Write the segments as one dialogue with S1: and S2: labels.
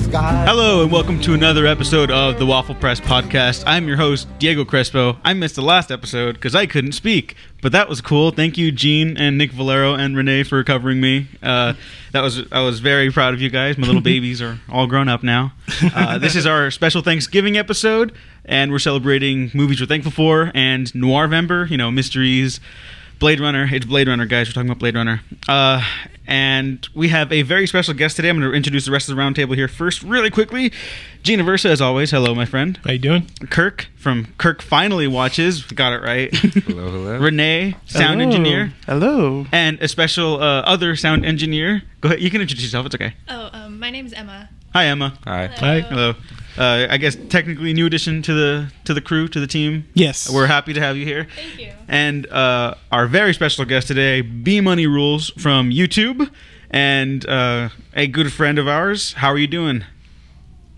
S1: Hello and welcome to another episode of the Waffle Press Podcast. I'm your host, Diego Crespo. I missed the last episode because I couldn't speak, but that was cool. Thank you, Gene and Nick Valero and Renee for covering me. Uh, that was I was very proud of you guys. My little babies are all grown up now. Uh, this is our special Thanksgiving episode, and we're celebrating movies we're thankful for and Noirvember. You know, mysteries. Blade Runner. It's Blade Runner, guys. We're talking about Blade Runner. Uh, and we have a very special guest today. I'm going to introduce the rest of the roundtable here first, really quickly. Gina Versa, as always. Hello, my friend.
S2: How you doing?
S1: Kirk from Kirk Finally Watches. Got it right.
S3: Hello, hello.
S1: Renee, sound
S2: Hello.
S1: engineer.
S2: Hello.
S1: And a special uh, other sound engineer. Go ahead. You can introduce yourself. It's okay.
S4: Oh, um, my name's Emma.
S1: Hi, Emma.
S3: Hi.
S2: Hi.
S1: Hello. Uh, I guess technically new addition to the to the crew to the team.
S2: Yes.
S1: We're happy to have you here.
S4: Thank you.
S1: And uh, our very special guest today, B Money Rules from YouTube, and uh, a good friend of ours. How are you doing?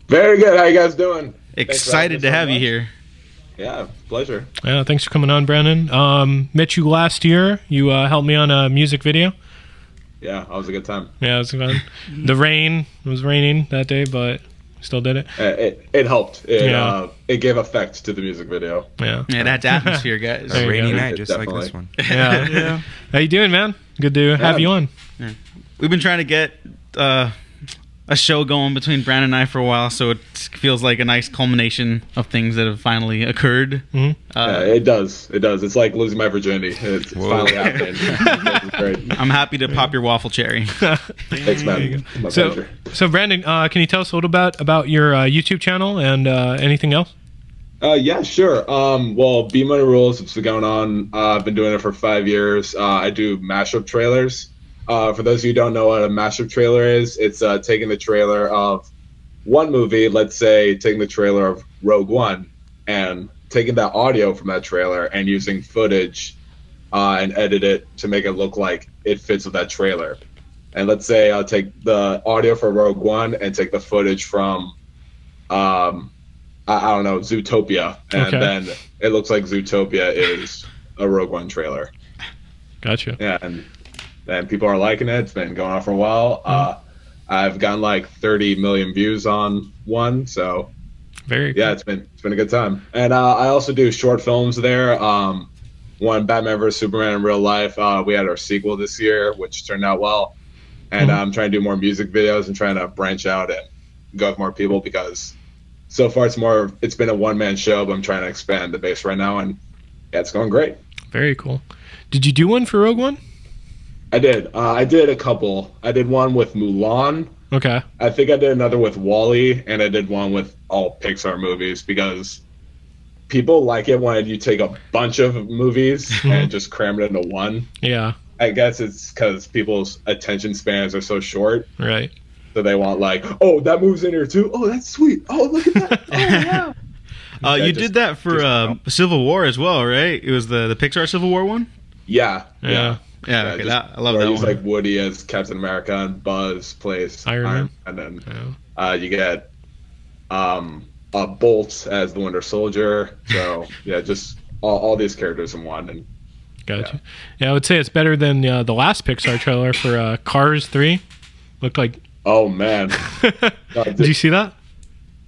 S5: Very good. How you guys doing? Thanks for having
S1: Excited
S5: us
S1: to
S5: so
S1: have you
S5: much.
S1: here.
S5: Yeah, pleasure.
S2: Yeah, thanks for coming on, Brandon. Um, met you last year. You uh, helped me on a music video.
S5: Yeah, that was a good time.
S2: Yeah, it was fun.
S3: Mm-hmm.
S2: the rain it was raining that day, but still did it.
S5: Uh, It, it helped. It,
S2: Yeah.
S5: uh, it gave effect to the music video.
S2: Yeah.
S1: Yeah, that's atmosphere, guys.
S2: There
S3: A
S2: you
S3: rainy
S2: go.
S3: night, just like this
S5: Definitely.
S3: one.
S2: Yeah.
S1: Yeah.
S2: How you doing, man? Good to have you on.
S1: We've been trying to get uh, a show going between Brand and I for a while, so it feels like a nice culmination of things that have finally occurred.
S2: Mhm.
S5: Uh,
S1: Uh,
S5: it does. It does. It's like losing my virginity. It's, it's
S3: Whoa.
S5: finally happening. It's great.
S1: I'm happy to pop your waffle cherry.
S5: Thanks, man. My
S2: So,
S5: pleasure.
S2: so Brandon, uh, can you tell us a little bit about your uh, YouTube channel and uh, anything else?
S5: Uh, yeah, sure. Um, well, B Money Rules, it's been going on. Uh, I've been doing it for five years. Uh, I do mashup trailers. Uh, for those of you who don't know what a mashup trailer is, it's uh, taking the trailer of one movie, let's say taking the trailer of Rogue One, and taking that audio from that trailer and using footage uh, and edit it to make it look like it fits with that trailer. And let's say I'll take the audio for Rogue One and take the footage from um, I, I don't know, Zootopia, and
S2: Okay.
S5: then it looks like Zootopia is a Rogue One trailer.
S2: Gotcha.
S5: Yeah, and and people are liking it. It's been going on for a
S2: Mm-hmm.
S5: while. Uh, I've gotten like 30 million views on one, so
S2: Very.
S5: yeah, it's been it's been a good time. And uh, I also do short films there. Um, one Batman vs Superman in real life. Uh, we had our sequel this year, which turned out well. And
S2: Mhm.
S5: I'm trying to do more music videos and trying to branch out and go with more people because so far it's more it's been a one man show, but I'm trying to expand the base right now, and yeah, it's going great.
S2: Very cool. Did you do one for Rogue One?
S5: I did. Uh, I did a couple. I did one with Mulan.
S2: Okay.
S5: I think I did another with Wally, and I did one with all Pixar movies because people like it when you take a bunch of movies and just cram it into one.
S2: Yeah.
S5: I guess it's because people's attention spans are so short,
S2: Right.
S5: so they want like, oh, that moves in here too. Oh, that's sweet. Oh, look at that. Oh, wow.
S1: Uh,
S5: Yeah,
S1: you
S5: just-
S1: did that for
S5: just-
S1: uh, Civil War as well, right? It was the, the Pixar Civil War one.
S5: yeah,
S2: Yeah.
S1: Yeah,
S5: Yeah,
S1: okay,
S5: just-
S1: that, I love
S5: Or
S1: that
S5: he's
S1: one.
S5: like Woody as Captain America and Buzz plays
S2: Iron Oh.
S5: Man, and then
S2: Yeah.
S5: uh, you get um, uh, Bolt as the Winter Soldier. So yeah, just all, all these characters in one, and
S2: Gotcha. Yeah. I would say it's better than uh, the last Pixar trailer for uh, Cars 3. Looked like.
S5: oh man, No,
S2: Did you see that?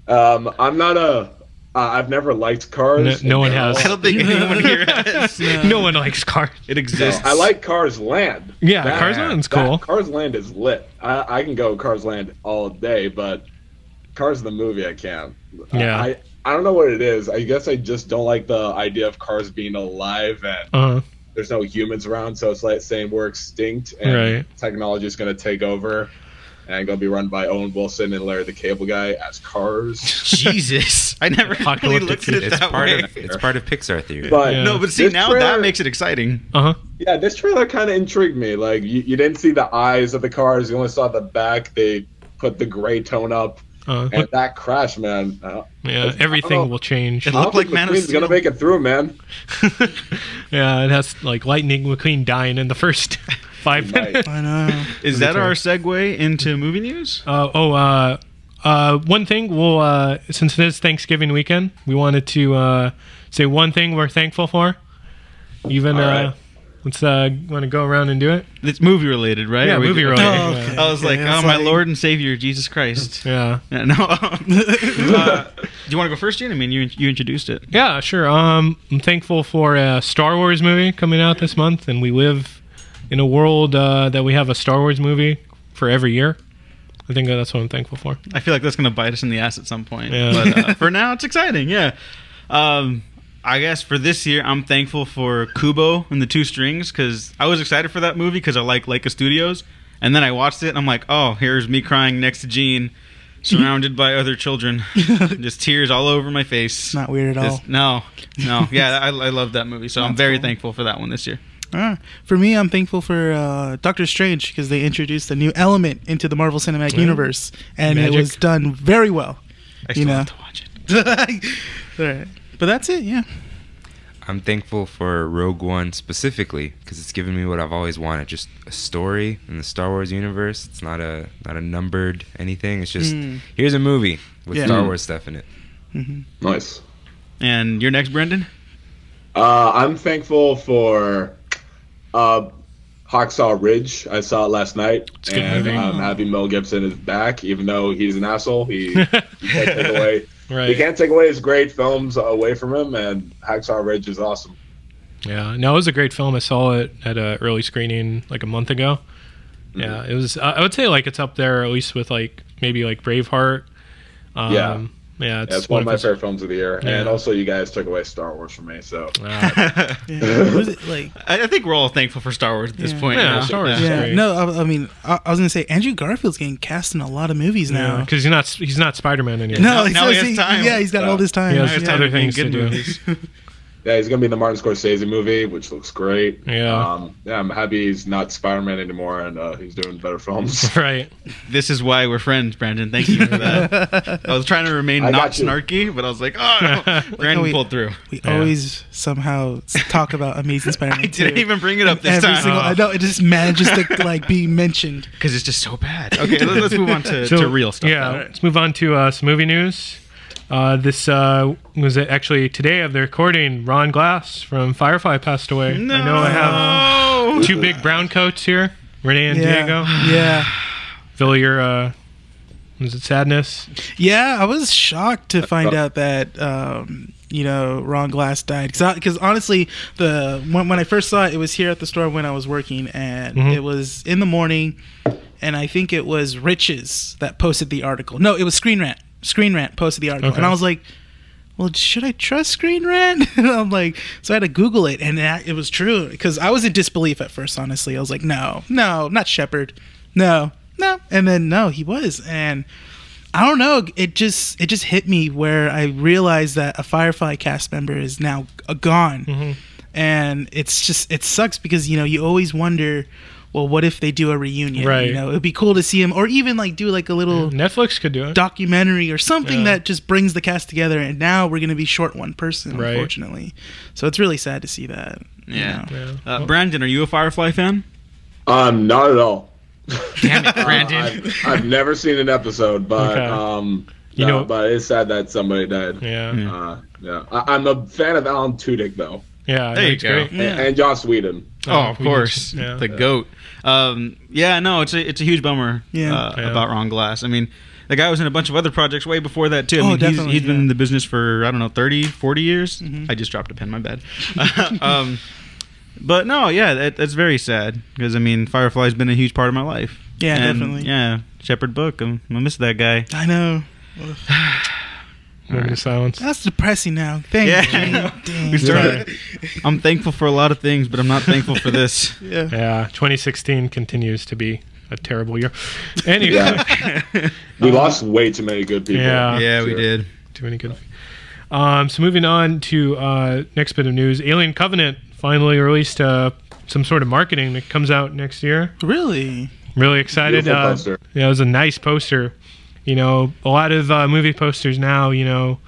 S5: um, I'm not a. Uh, I've never liked
S2: No,
S5: Cars.
S2: no one has.
S1: I don't think anyone here has.
S2: No one likes Cars.
S1: uh, It
S5: No,
S1: exists.
S5: I like Cars Land.
S2: Yeah,
S5: That-
S2: Cars Land's cool.
S5: that- Cars Land is lit. I, I can go Cars Land all day, but Cars the movie I can't.
S2: Yeah.
S5: I, I don't know what it is. I guess I just don't like the idea of cars being alive and
S2: Uh,
S5: there's no humans around, so it's like saying we're extinct and
S2: Right.
S5: technology is going to take over and going to be run by Owen Wilson and Larry the Cable Guy as cars.
S1: Jesus. I never really
S2: Apocalyptic
S1: looked at it
S3: It's
S1: that
S3: part
S1: way.
S3: of it's part of Pixar theory.
S5: But
S2: Yeah.
S1: no, but see,
S5: This
S1: now
S5: trailer-
S1: that makes it exciting.
S2: uh huh.
S5: yeah, this trailer kind of intrigued me. Like you, you didn't see the eyes of the cars, you only saw the back. They put the gray tone up,
S1: Uh-huh.
S2: Uh,
S5: and that crash, man. Uh,
S2: yeah. Everything will change.
S1: It
S5: I
S1: looked
S5: don't think
S1: like Man of
S5: McQueen's
S1: Steel.
S5: gonna make it through, man.
S2: yeah. It has like Lightning McQueen dying in the first five
S5: Right.
S2: minutes.
S6: I know.
S1: Is that our segue into movie news?
S2: Uh, oh, uh, uh, one thing. We'll uh, since it is Thanksgiving weekend, we wanted to uh, say one thing we're thankful for. Even
S5: All
S2: uh,
S5: right.
S2: Let's uh, want to go around and do it.
S1: It's movie related, right?
S2: Yeah,
S1: Are we
S2: movie
S1: good?
S2: related.
S1: Oh,
S2: okay.
S1: I was like,
S4: Okay, I
S1: oh,
S4: was
S1: my
S4: like-
S1: Lord and Savior, Jesus Christ.
S2: Yeah.
S1: Yeah, no. Uh, do you want to go first, Gene? I mean, you you introduced it.
S2: Yeah, sure. Um, I'm thankful for a Star Wars movie coming out this month, and we live in a world uh, that we have a Star Wars movie for every year. I think that's what I'm thankful for.
S1: I feel like that's going to bite us in the ass at some point.
S2: Yeah.
S1: But uh, for now, it's exciting. Yeah. Um, I guess for this year, I'm thankful for Kubo and the Two Strings because I was excited for that movie because I like Leica Studios, and then I watched it and I'm like, oh, here's me crying next to Gene, surrounded by other children, just tears all over my face.
S4: It's not weird at all.
S1: Just- no, no, yeah, I, I love that movie, so I'm
S4: That's
S1: very
S4: cool.
S1: thankful for that one this year.
S4: Ah, for me, I'm thankful for uh, Doctor Strange because they introduced a new element into the Marvel Cinematic Universe, and it
S2: Magic.
S4: was done very well.
S1: I
S4: You
S1: still
S4: know.
S1: have to watch it.
S4: All right. But that's it, yeah.
S3: I'm thankful for Rogue One specifically because it's given me what I've always wanted, just a story in the Star Wars universe. It's not a not a numbered anything. It's just
S4: Mm.
S3: here's a movie with
S4: Yeah.
S3: Star
S5: Mm.
S3: Wars stuff in it.
S1: Mm-hmm.
S4: Mhm.
S5: Nice.
S1: And your next, Brendan.
S5: Uh, I'm thankful for uh, Hawksaw Ridge. I saw it last night,
S2: It's a good
S5: and
S2: movie.
S5: I'm happy Mel Gibson is back, even though he's an asshole. He you can't take away you
S2: Right.
S5: can't take away his great films away from him, and Hawksaw Ridge is awesome.
S2: Yeah. No, it was a great film. I saw it at a early screening like a month ago.
S5: Mm-hmm.
S2: Yeah, it was. I I would say like it's up there at least with like maybe like Braveheart. Um,
S5: Yeah.
S2: Yeah, it's
S5: That's one of my
S2: his-
S5: favorite films of the year,
S2: Yeah.
S5: and also you guys took away Star Wars from me, so
S2: Uh,
S4: Yeah. What was it like?
S1: I, I think we're all thankful for Star Wars at this
S4: Yeah.
S1: point.
S2: Yeah,
S1: you know?
S2: Star Wars is
S4: Yeah.
S2: great.
S4: No, I, I mean, I, I was gonna say Andrew Garfield's getting cast in a lot of movies now.
S2: because he's not he's not Spider Man anymore.
S4: No,
S1: Now-
S4: he's
S1: now he has time.
S4: Yeah, he's got
S5: Yeah.
S4: all this time.
S2: He
S1: Now
S2: has
S1: it's
S4: yeah.
S1: time
S2: other
S1: to make
S2: things
S1: good
S2: to do.
S1: movies.
S5: yeah, he's gonna be in the Martin Scorsese movie, which looks great.
S2: Yeah.
S5: um, yeah, I'm happy he's not Spider-Man anymore, and uh, he's doing better films.
S2: Right.
S1: This is why we're friends, Brandon. Thank you for that. I was trying to remain
S5: I
S1: not
S5: got you.
S1: snarky, but I was like, oh, no. Brandon
S4: we-
S1: pulled through.
S4: we
S2: Yeah.
S4: always somehow s- talk about Amazing Spider-Man.
S1: I didn't even bring it up this
S4: every
S1: time
S4: single. I know it just manages to like be mentioned.
S1: because it's just so bad. Okay, let- let's move on to, to real stuff.
S2: Yeah,
S1: now.
S2: let's move on to uh, some movie news. Uh, this uh, was actually today of the recording. Ron Glass from Firefly passed away.
S1: No.
S2: I know I have
S1: Oh.
S2: two big brown coats here. Renee and
S4: yeah.
S2: Diego.
S4: Yeah.
S2: Phil, your uh, was it sadness?
S4: Yeah, I was shocked to find out that um, you know Ron Glass died because honestly, the when, when I first saw it, it was here at the store when I was working, and
S2: Mhm.
S4: it was in the morning, and I think it was Riches that posted the article. No, it was Screen Rant. Screen Rant posted the article,
S2: Okay.
S4: and I was like. Well, should I trust Screen Rant? And I'm like, so I had to Google it, and that- it was true because I was in disbelief at first. Honestly, I was like, no, no, not Shepard, no, no, and then no, he was, and I don't know. It just it just hit me where I realized that a Firefly cast member is now uh, gone,
S2: Mm-hmm.
S4: and it's just it sucks because you know you always wonder, well, what if they do a reunion?
S2: Right.
S4: You know, it'd be cool to see him, or even like do like a little
S2: Netflix could do it.
S4: documentary or something
S2: Yeah.
S4: that just brings the cast together. And now we're gonna be short one person,
S2: Right.
S4: unfortunately. So it's really sad to see that. you
S1: Yeah.
S4: know.
S2: Yeah.
S1: Uh, Brandon, are you a Firefly fan?
S5: um, not at all.
S1: Damn it,
S5: Uh, I've, I've never seen an episode, but
S2: Okay.
S5: um,
S2: You
S5: no,
S2: know-
S5: but it's sad that somebody died.
S2: yeah.
S1: Yeah.
S5: Uh, yeah, I, I'm a fan of Alan Tudyk though,
S2: Yeah,
S1: Mm. There you
S2: that's
S1: go.
S2: great.
S5: a-
S4: Yeah.
S5: and Joss Whedon.
S1: Oh, of
S2: we
S1: course,
S2: did- yeah.
S1: the goat. Um, yeah, no, it's a it's a huge bummer.
S4: Yeah.
S1: Uh,
S2: Yeah.
S1: about Ron Glass. I mean, the guy was in a bunch of other projects way before that too. I
S4: Oh,
S1: mean, he's,
S4: definitely,
S1: he's been
S4: yeah. Mm-hmm.
S1: in the business for I don't know 30, 40 years. I just dropped a pen. My bad. um, but no, yeah, that, that's very sad because I mean, Firefly's been a huge part of my life.
S4: Yeah,
S1: And,
S4: definitely.
S1: Yeah, Shepherd Book. I'm, I miss that guy.
S4: I know
S2: Moment of silence.
S4: that's depressing. Now, thank
S1: Yeah.
S4: you. Dang.
S1: We started- I'm thankful for a lot of things, but I'm not thankful for this.
S4: Yeah.
S2: Yeah, 2016 continues to be a terrible year. Anyway,
S5: Yeah. We lost way too many good people.
S2: Yeah.
S1: yeah, we
S5: Sure.
S1: did.
S2: Too many good. Um, so moving on to uh, next bit of news, Alien Covenant finally released uh, some sort of marketing that comes out next year.
S4: Really?
S2: Really excited.
S5: Beautiful
S2: Uh,
S5: poster.
S2: Yeah, it was a nice poster. You know, a lot of uh, movie posters now. You know,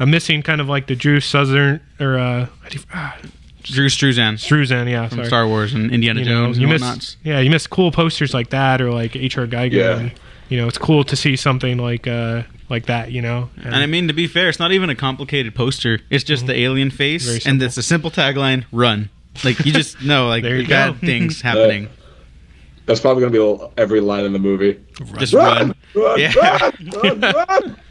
S2: I'm missing kind of like the Drew Southern or uh, how do you- ah,
S1: Drew Struzan
S2: Struzan. Yeah,
S1: from
S2: sorry.
S1: Star Wars and Indiana
S2: you know,
S1: Jones
S2: you
S1: and
S2: miss
S1: whatnot.
S2: yeah, you miss cool posters like that or like H.R. Geiger.
S5: Yeah.
S2: And, you know, it's cool to see something like uh, like that. You know, And-
S1: And I mean, to be fair, it's not even a complicated poster. It's just the alien
S2: Mhm. Very
S1: face,
S2: simple.
S1: and it's a simple tagline: "Run." Like you just know, like
S2: There you
S1: bad
S2: go.
S1: things happening.
S5: That's probably gonna be l- every line in the movie.
S1: Just
S5: Run,
S1: run.
S5: run,
S1: Yeah.
S5: run, run, run.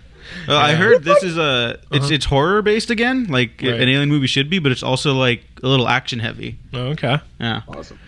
S1: Well, I heard this is a it's
S2: Uh-huh.
S1: it's horror based again, like
S2: Right.
S1: an alien movie should be, but it's also like a little action heavy.
S2: Oh, okay.
S1: Yeah.
S5: Awesome.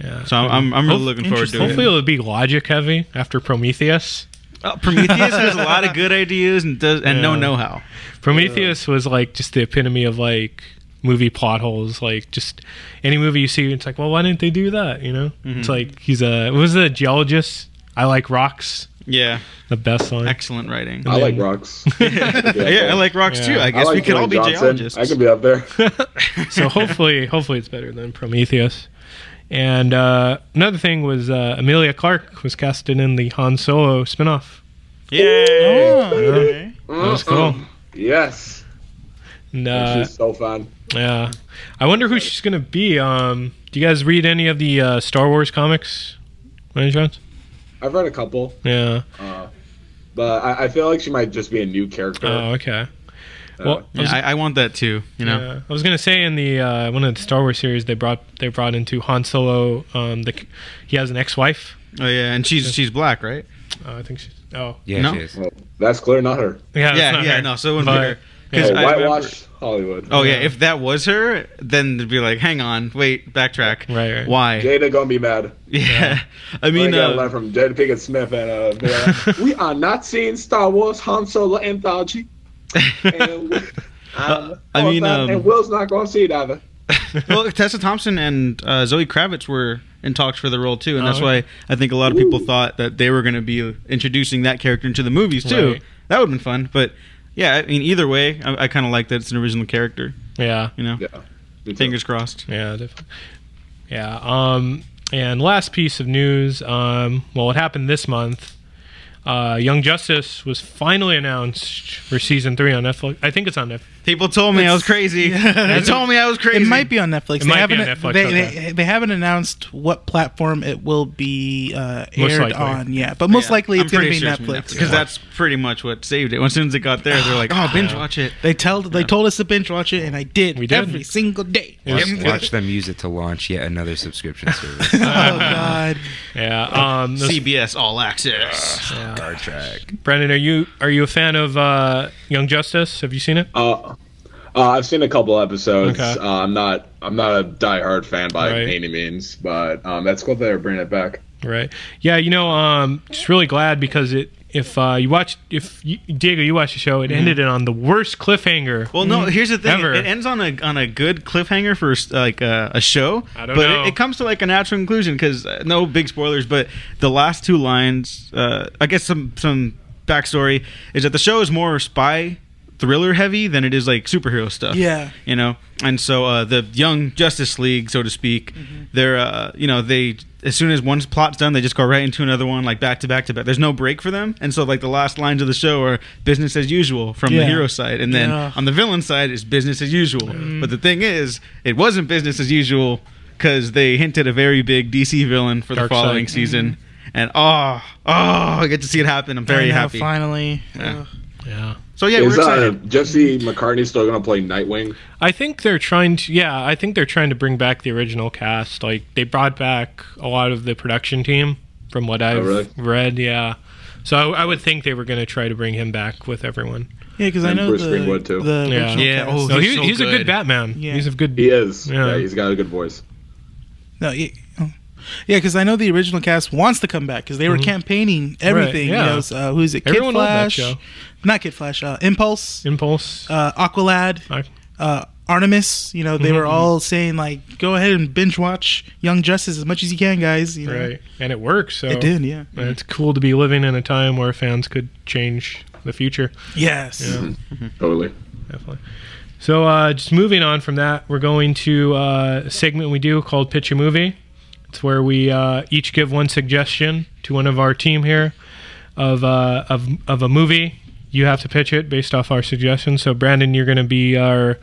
S2: Yeah.
S1: So I'm I'm, I'm really
S2: Hope-
S1: looking forward to it.
S2: Hopefully it'll be logic heavy after Prometheus.
S1: Uh, Prometheus has a lot of good ideas and does and no
S2: Yeah.
S1: know how.
S2: Prometheus was like just the epitome of like movie plot holes. Like just any movie you see, it's like, well, why didn't they do that? You know,
S1: Mm-hmm.
S2: it's like he's a what was it, a geologist. I like rocks.
S1: Yeah.
S2: The best line.
S1: Excellent writing.
S5: I like
S2: then-
S5: rocks.
S1: yeah, I like rocks too.
S2: Yeah.
S1: I
S5: I
S1: guess
S5: like
S1: we could all be
S5: Dwayne Johnson.
S1: geologists.
S5: I could be up there.
S2: so hopefully, hopefully it's better than Prometheus. And uh, another thing was uh, Amelia Clark was casted in the Han Solo spinoff.
S1: Yay!
S4: okay.
S2: Oh. That was cool.
S5: Mm-hmm. Yes,
S2: And, uh,
S5: she's so fun.
S2: yeah, I wonder who she's gonna be. Um, do you guys read any of the uh, Star Wars comics? By any chance?
S5: I've read a couple,
S2: Yeah.
S5: uh, but I, I feel like she might just be a new character.
S2: Oh, okay.
S5: Uh,
S2: Well,
S1: Yeah, I, I want that too. You know.
S2: Yeah. I was gonna say in the uh, one of the Star Wars series they brought they brought into Han Solo. Um, the he has an ex-wife.
S1: Oh yeah, and she's she's black, right?
S2: Uh, I think she's. Oh,
S3: Yeah,
S1: No.
S3: she is.
S5: well, that's clear, not her.
S2: yeah, that's
S1: yeah,
S2: not
S1: yeah.
S2: her.
S1: No, so it wouldn't
S2: But-
S1: be her. 'Cause
S5: Oh,
S1: I remember-
S5: whitewash Hollywood.
S1: Oh yeah.
S2: Yeah.
S1: if that was her, then it'd be like, hang on, wait, backtrack.
S2: Right, right.
S1: Why?
S5: Jada gonna be mad.
S1: yeah. I
S5: I
S1: mean,
S5: got a
S1: uh,
S5: line from Jada Pinkett Smith, and uh, be like, we are not seeing Star Wars Han Solo anthology. And we- um,
S1: I mean, um,
S5: and Will's not gonna see it either.
S1: well, Tessa Thompson and uh, Zoe Kravitz were in talks for the role too, and
S2: Oh,
S1: that's why I think a lot of people thought that they were going to be introducing that character into the movies too.
S2: Right.
S1: That would have been fun, but yeah, I mean, either way, I, I kind of like that it's an original character.
S2: Yeah,
S1: You know,
S5: Yeah. Me too.
S1: fingers crossed.
S2: yeah, definitely. Yeah. Um, and last piece of news. Um, well, it happened this month. Uh, Young Justice was finally announced for season three on Netflix. I think it's on Netflix.
S1: People told me I was crazy.
S4: Yeah.
S1: They told me I was crazy.
S4: It might be on Netflix. they
S2: might be
S4: haven't,
S2: on Netflix,
S4: They,
S2: okay.
S4: they, they haven't announced what platform it will be uh,
S2: Most
S4: aired
S2: likely.
S4: on yet, but most
S1: Yeah.
S4: likely it's
S1: I'm
S4: going to be
S1: pretty sure it's gonna
S4: Netflix.
S1: because that's pretty much what saved it. As soon as it got there, they're like, "Oh, binge watch it."
S4: They tell they told us to binge watch it, and I did,
S2: We did.
S4: every single day.
S2: It was-
S3: Watch, watch them use it to launch yet another subscription service.
S4: oh God!
S2: yeah. Um, this-
S1: CBS All Access.
S3: Star Trek.
S2: Brendan, are you are you a fan of uh, Young Justice? Have you seen it?
S5: Uh, uh, I've seen a couple episodes.
S2: Okay.
S5: Uh, I'm not. I'm not a diehard fan by
S2: Right.
S5: any means, but um, that's cool that they're bringing it back.
S2: Right. Yeah, you know, um, just really glad because it. If uh, you watch, if you, Diego, you watch the show, it
S4: Mm-hmm.
S2: ended it on the worst cliffhanger.
S1: Well, no. Here's the thing.
S2: Ever.
S1: It ends on a on a good cliffhanger for like uh, a show,
S2: I don't
S1: but
S2: know.
S1: It, it comes to like a natural conclusion because uh, no big spoilers. But the last two lines, uh, I guess some some backstory is that the show is more spy thriller heavy than it is like superhero stuff.
S4: Yeah.
S1: you know and so uh, the young justice league so to speak
S4: Mm-hmm.
S1: they're uh, you know they as soon as one plot's done they just go right into another one like back to back to back there's no break for them and so like the last lines of the show are business as usual from
S4: Yeah.
S1: the hero side and then
S4: Yeah.
S1: on the villain side is business as usual but the thing is it wasn't business as usual because they hinted a very big dc villain for
S2: Dark
S1: the
S2: side.
S1: following season and oh oh i get to see it happen i'm very
S4: I know,
S1: happy
S4: Finally,
S1: Yeah.
S4: Ugh.
S2: Yeah.
S1: so yeah
S5: Is
S1: we're
S5: uh,
S1: excited
S5: Jesse McCartney still gonna play Nightwing?
S2: I think they're trying to. Yeah, I think they're trying to bring back the original cast. Like they brought back a lot of the production team from what I've
S5: Oh, really?
S2: read. Yeah. So I, I would think they were going to try to bring him back with everyone.
S4: yeah, because I
S5: And
S4: know
S5: Bruce
S4: the,
S5: Greenwood, too.
S4: the
S2: Yeah.
S4: original
S1: Yeah,
S4: cast.
S1: oh,
S2: No,
S1: he's
S2: he,
S1: so
S2: he's a
S1: good.
S2: good Batman.
S4: Yeah.
S2: He's a good.
S5: He is.
S2: Yeah.
S5: Yeah. he's got a good voice.
S4: No, yeah, oh. yeah, because I know the original cast wants to come back because they were campaigning everything.
S2: Mm-hmm. yeah.
S4: You know, so, uh, who's it? Kid
S2: Everyone loved that
S4: Flash,
S2: show.
S4: not Kid Flash. Uh, Impulse,
S2: Impulse.
S4: uh, Aqualad,
S2: I- Mm-hmm,
S4: uh, Artemis. You know, they were all saying like, "Go ahead and binge watch Young Justice as much as you can, guys." You know,
S2: right. And it works. So
S4: it did. Yeah.
S2: And it's cool to be living in a time where fans could change the future.
S4: Yes.
S2: Yeah.
S4: Mm-hmm.
S5: Totally.
S2: Definitely. So, uh, just moving on from that, we're going to uh, a segment we do called Pitch a Movie. It's where we uh, each give one suggestion to one of our team here of, uh, of, of a movie. You have to pitch it based off our suggestion. So, Brandon, you're going to be our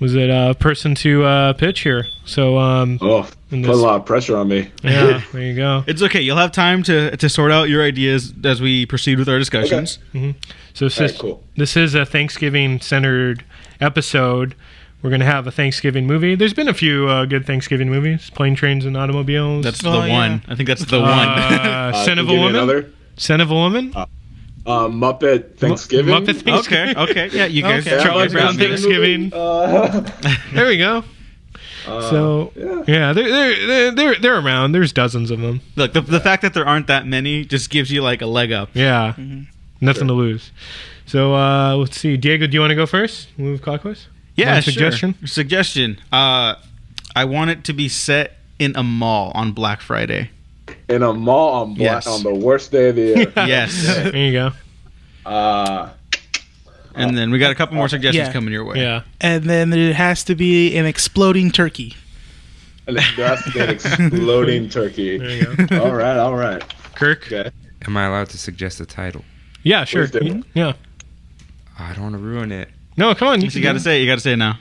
S2: was it uh, person to uh, pitch here. So, um,
S5: Oh,
S2: And
S5: put a
S2: this-
S5: lot of pressure on me.
S2: yeah, there you go.
S1: it's okay you'll have time to to sort out your ideas as we proceed with our discussions
S2: Mm-hmm. So this
S5: All right,
S2: is
S5: cool.
S2: this is a Thanksgiving centered episode We're gonna have a Thanksgiving movie. There's been a few uh, good Thanksgiving movies: Plane, Trains, and Automobiles.
S1: That's
S4: Oh,
S1: the
S4: yeah.
S1: one. I think that's the one.
S2: uh,
S5: Uh,
S2: Son
S5: you
S2: of a
S5: give me
S2: Woman.
S5: Another
S2: Son of a Woman.
S5: uh, Muppet Thanksgiving.
S2: Muppet
S1: okay,
S2: Thanksgiving.
S1: okay, yeah, you guys.
S2: Okay. Charlie
S5: Muppet
S2: Brown Thanksgiving.
S5: Uh,
S2: There we go.
S5: uh,
S2: So
S5: yeah.
S2: yeah, they're, they're they're they're they're around. There's dozens of them.
S1: Look, the, the fact that there aren't that many just gives you like a leg up.
S2: Yeah,
S1: Mm-hmm.
S5: Mm-hmm.
S2: nothing
S5: Sure.
S2: to lose. So uh, let's see, Diego. Do you want to go first? Move clockwise.
S1: Yeah,
S2: One
S1: sure.
S2: suggestion?
S1: Suggestion. Uh, I want it to be set in a mall on Black Friday.
S5: in a mall Uh, on Black
S1: Yes.
S5: on the worst day of the year.
S1: Yes.
S2: there you go.
S5: uh,
S1: And then we got a couple more suggestions
S4: Yeah.
S1: coming your way.
S2: Yeah,
S4: And then there has to be an exploding turkey.
S5: and then that's that exploding turkey.
S2: there you go.
S5: All right, all right.
S2: Kirk.
S5: Okay.
S3: Am I allowed to suggest a title?
S2: Yeah, sure.
S5: Please do.
S2: Yeah.
S3: I don't want to ruin it.
S2: No, come on. You
S1: You gotta say it. You gotta say it now.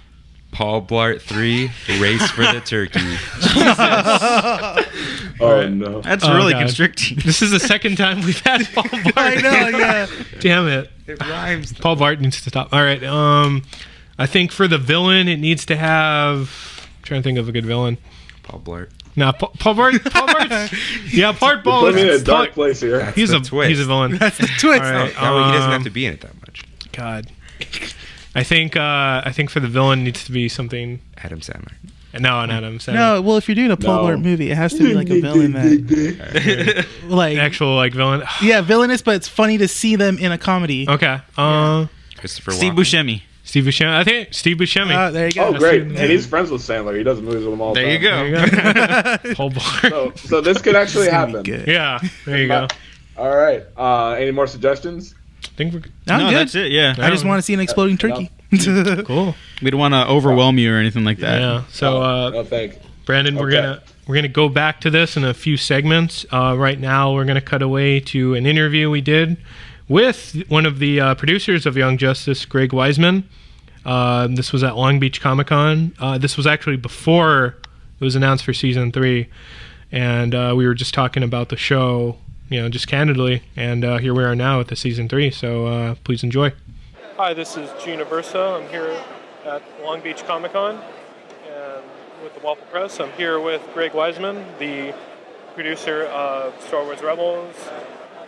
S3: Paul Blart 3, Race for the Turkey.
S5: Oh no.
S1: That's
S2: Oh,
S1: really
S2: God.
S1: constricting.
S2: This is the second time we've had Paul Bart.
S4: I know, yeah.
S2: Damn it.
S3: It rhymes.
S2: Paul Bart needs to stop. All right. Um, I think for the villain, it needs to have. I'm trying to think of a good villain.
S3: Paul Blart.
S2: Nah, Paul, Paul Bart. Paul Bart. yeah, Paul
S5: Put
S2: Bart.
S5: me in a
S2: is-
S5: dark place here.
S3: That's
S2: He's
S3: the
S2: a
S3: twist.
S2: he's a villain.
S4: That's the twist.
S2: All right.
S3: That way he doesn't
S2: Um,
S3: have to be in it that much.
S2: God. I think uh, I think for the villain needs to be something.
S3: Adam Sandler.
S2: No, not him. Sorry.
S4: No, well, if you're doing a Paul
S5: No.
S4: Blart movie, it has to be like a villain that, like,
S2: An actual like villain.
S4: yeah, villainous, but it's funny to see them in a comedy.
S2: Okay. Uh,
S3: Christopher
S1: Steve
S3: Walken.
S1: Buscemi.
S2: Steve Buscemi. I think Steve Buscemi.
S4: Ah, there you go.
S5: Oh great.
S4: That's
S5: And
S4: the-
S5: he's friends with Sandler. He does movies with them all. the
S1: There you
S5: time.
S1: go.
S2: There you go. Paul Bart.
S5: So, so this could
S4: This
S5: actually
S4: is gonna be
S5: happen.
S4: good.
S2: Yeah. There you go.
S5: All right. Uh, any more suggestions?
S2: I think we're
S4: I'm
S1: no,
S4: good.
S1: that's it. Yeah,
S4: I just want to see an exploding turkey.
S2: cool.
S1: we don't want to overwhelm you or anything like that.
S2: Yeah. So uh,
S5: no, Oh, thank.
S2: Brandon, we're
S5: Okay.
S2: gonna we're gonna go back to this in a few segments. Uh, right now, we're gonna cut away to an interview we did with one of the uh, producers of Young Justice, Greg Wiseman. Uh, this was at Long Beach Comic Con. Uh, this was actually before it was announced for season three, and uh, we were just talking about the show, you know, just candidly. And uh, here we are now at the season three. So uh, please enjoy. Hi, this is Gina Versa. I'm here at Long Beach Comic Con and with the Waffle Press. I'm here with Greg Wiseman, the producer of Star Wars Rebels,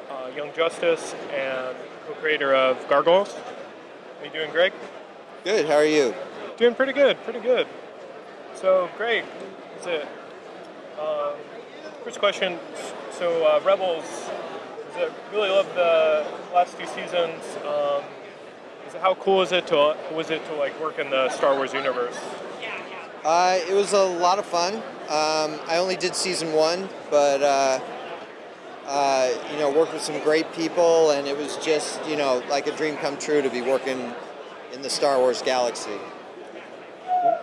S2: uh, Young Justice, and co-creator of Gargoyles. How you doing, Greg?
S6: Good. How are you?
S2: Doing pretty good, pretty good. So, Greg, that's it. Um, first question. So, uh, Rebels, is it, really love the last two seasons. Um, is it, how cool is it to was it to like work in the Star Wars universe?
S6: Uh, it was a lot of fun. Um, I only did season one, but uh, uh, you know, worked with some great people, and it was just you know like a dream come true to be working in the Star Wars galaxy.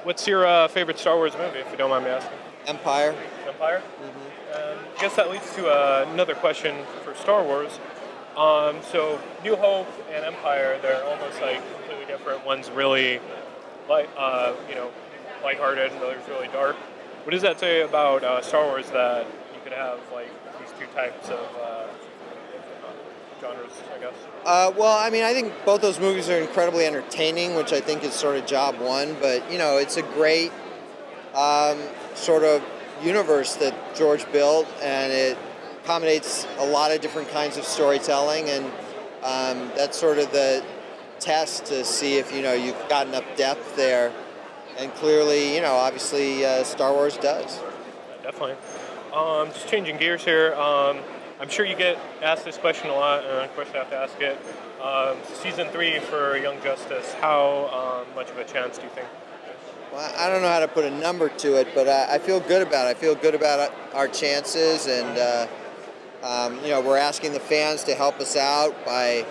S2: What's your uh, favorite Star Wars movie, if you don't mind me asking?
S6: Empire.
S2: Empire? Um, I guess that leads to uh, another question for Star Wars. Um, so, New Hope and Empire, they're almost like completely different. One's really, light, uh, you know, lighthearted, and the other's really dark. What does that say about uh, Star Wars that you could have like these two types of uh, genres? I guess.
S6: Uh, well, I mean, I think both those movies are incredibly entertaining, which I think is sort of job one. But you know, it's a great um, sort of universe that George built, and it accommodates a lot of different kinds of storytelling, and um, that's sort of the test to see if you know you've got enough depth there. And clearly, you know, obviously, uh, Star Wars does.
S2: definitely. Um, just changing gears here. Um, I'm sure you get asked this question a lot, and of course I have to ask it. Um, season three for Young Justice. How um, much of a chance do you think?
S6: Well, I don't know how to put a number to it, but I, I feel good about it. I feel good about our chances, and uh, um, you know, we're asking the fans to help us out by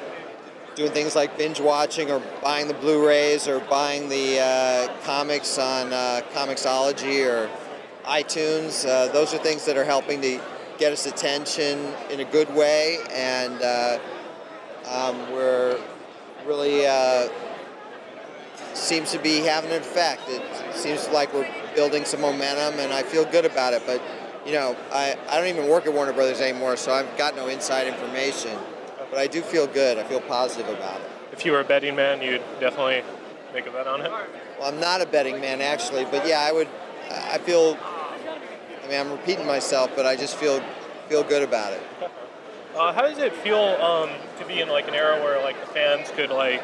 S6: doing things like binge watching, or buying the Blu-rays, or buying the uh, comics on uh, Comixology or iTunes. Uh, those are things that are helping to get us attention in a good way, and uh, um, we're really. Uh, seems to be having an effect. It seems like we're building some momentum, and I feel good about it. But you know, I, I don't even work at Warner Brothers anymore, so I've got no inside information. But I do feel good. I feel positive about it.
S2: If you were a betting man, you'd definitely Make a bet on it.
S6: Well, I'm not a betting man actually, but yeah, I would. I feel. I mean, I'm repeating myself, but I just feel feel good about it.
S7: Uh, how does it feel um, to be in like an era where like the fans could like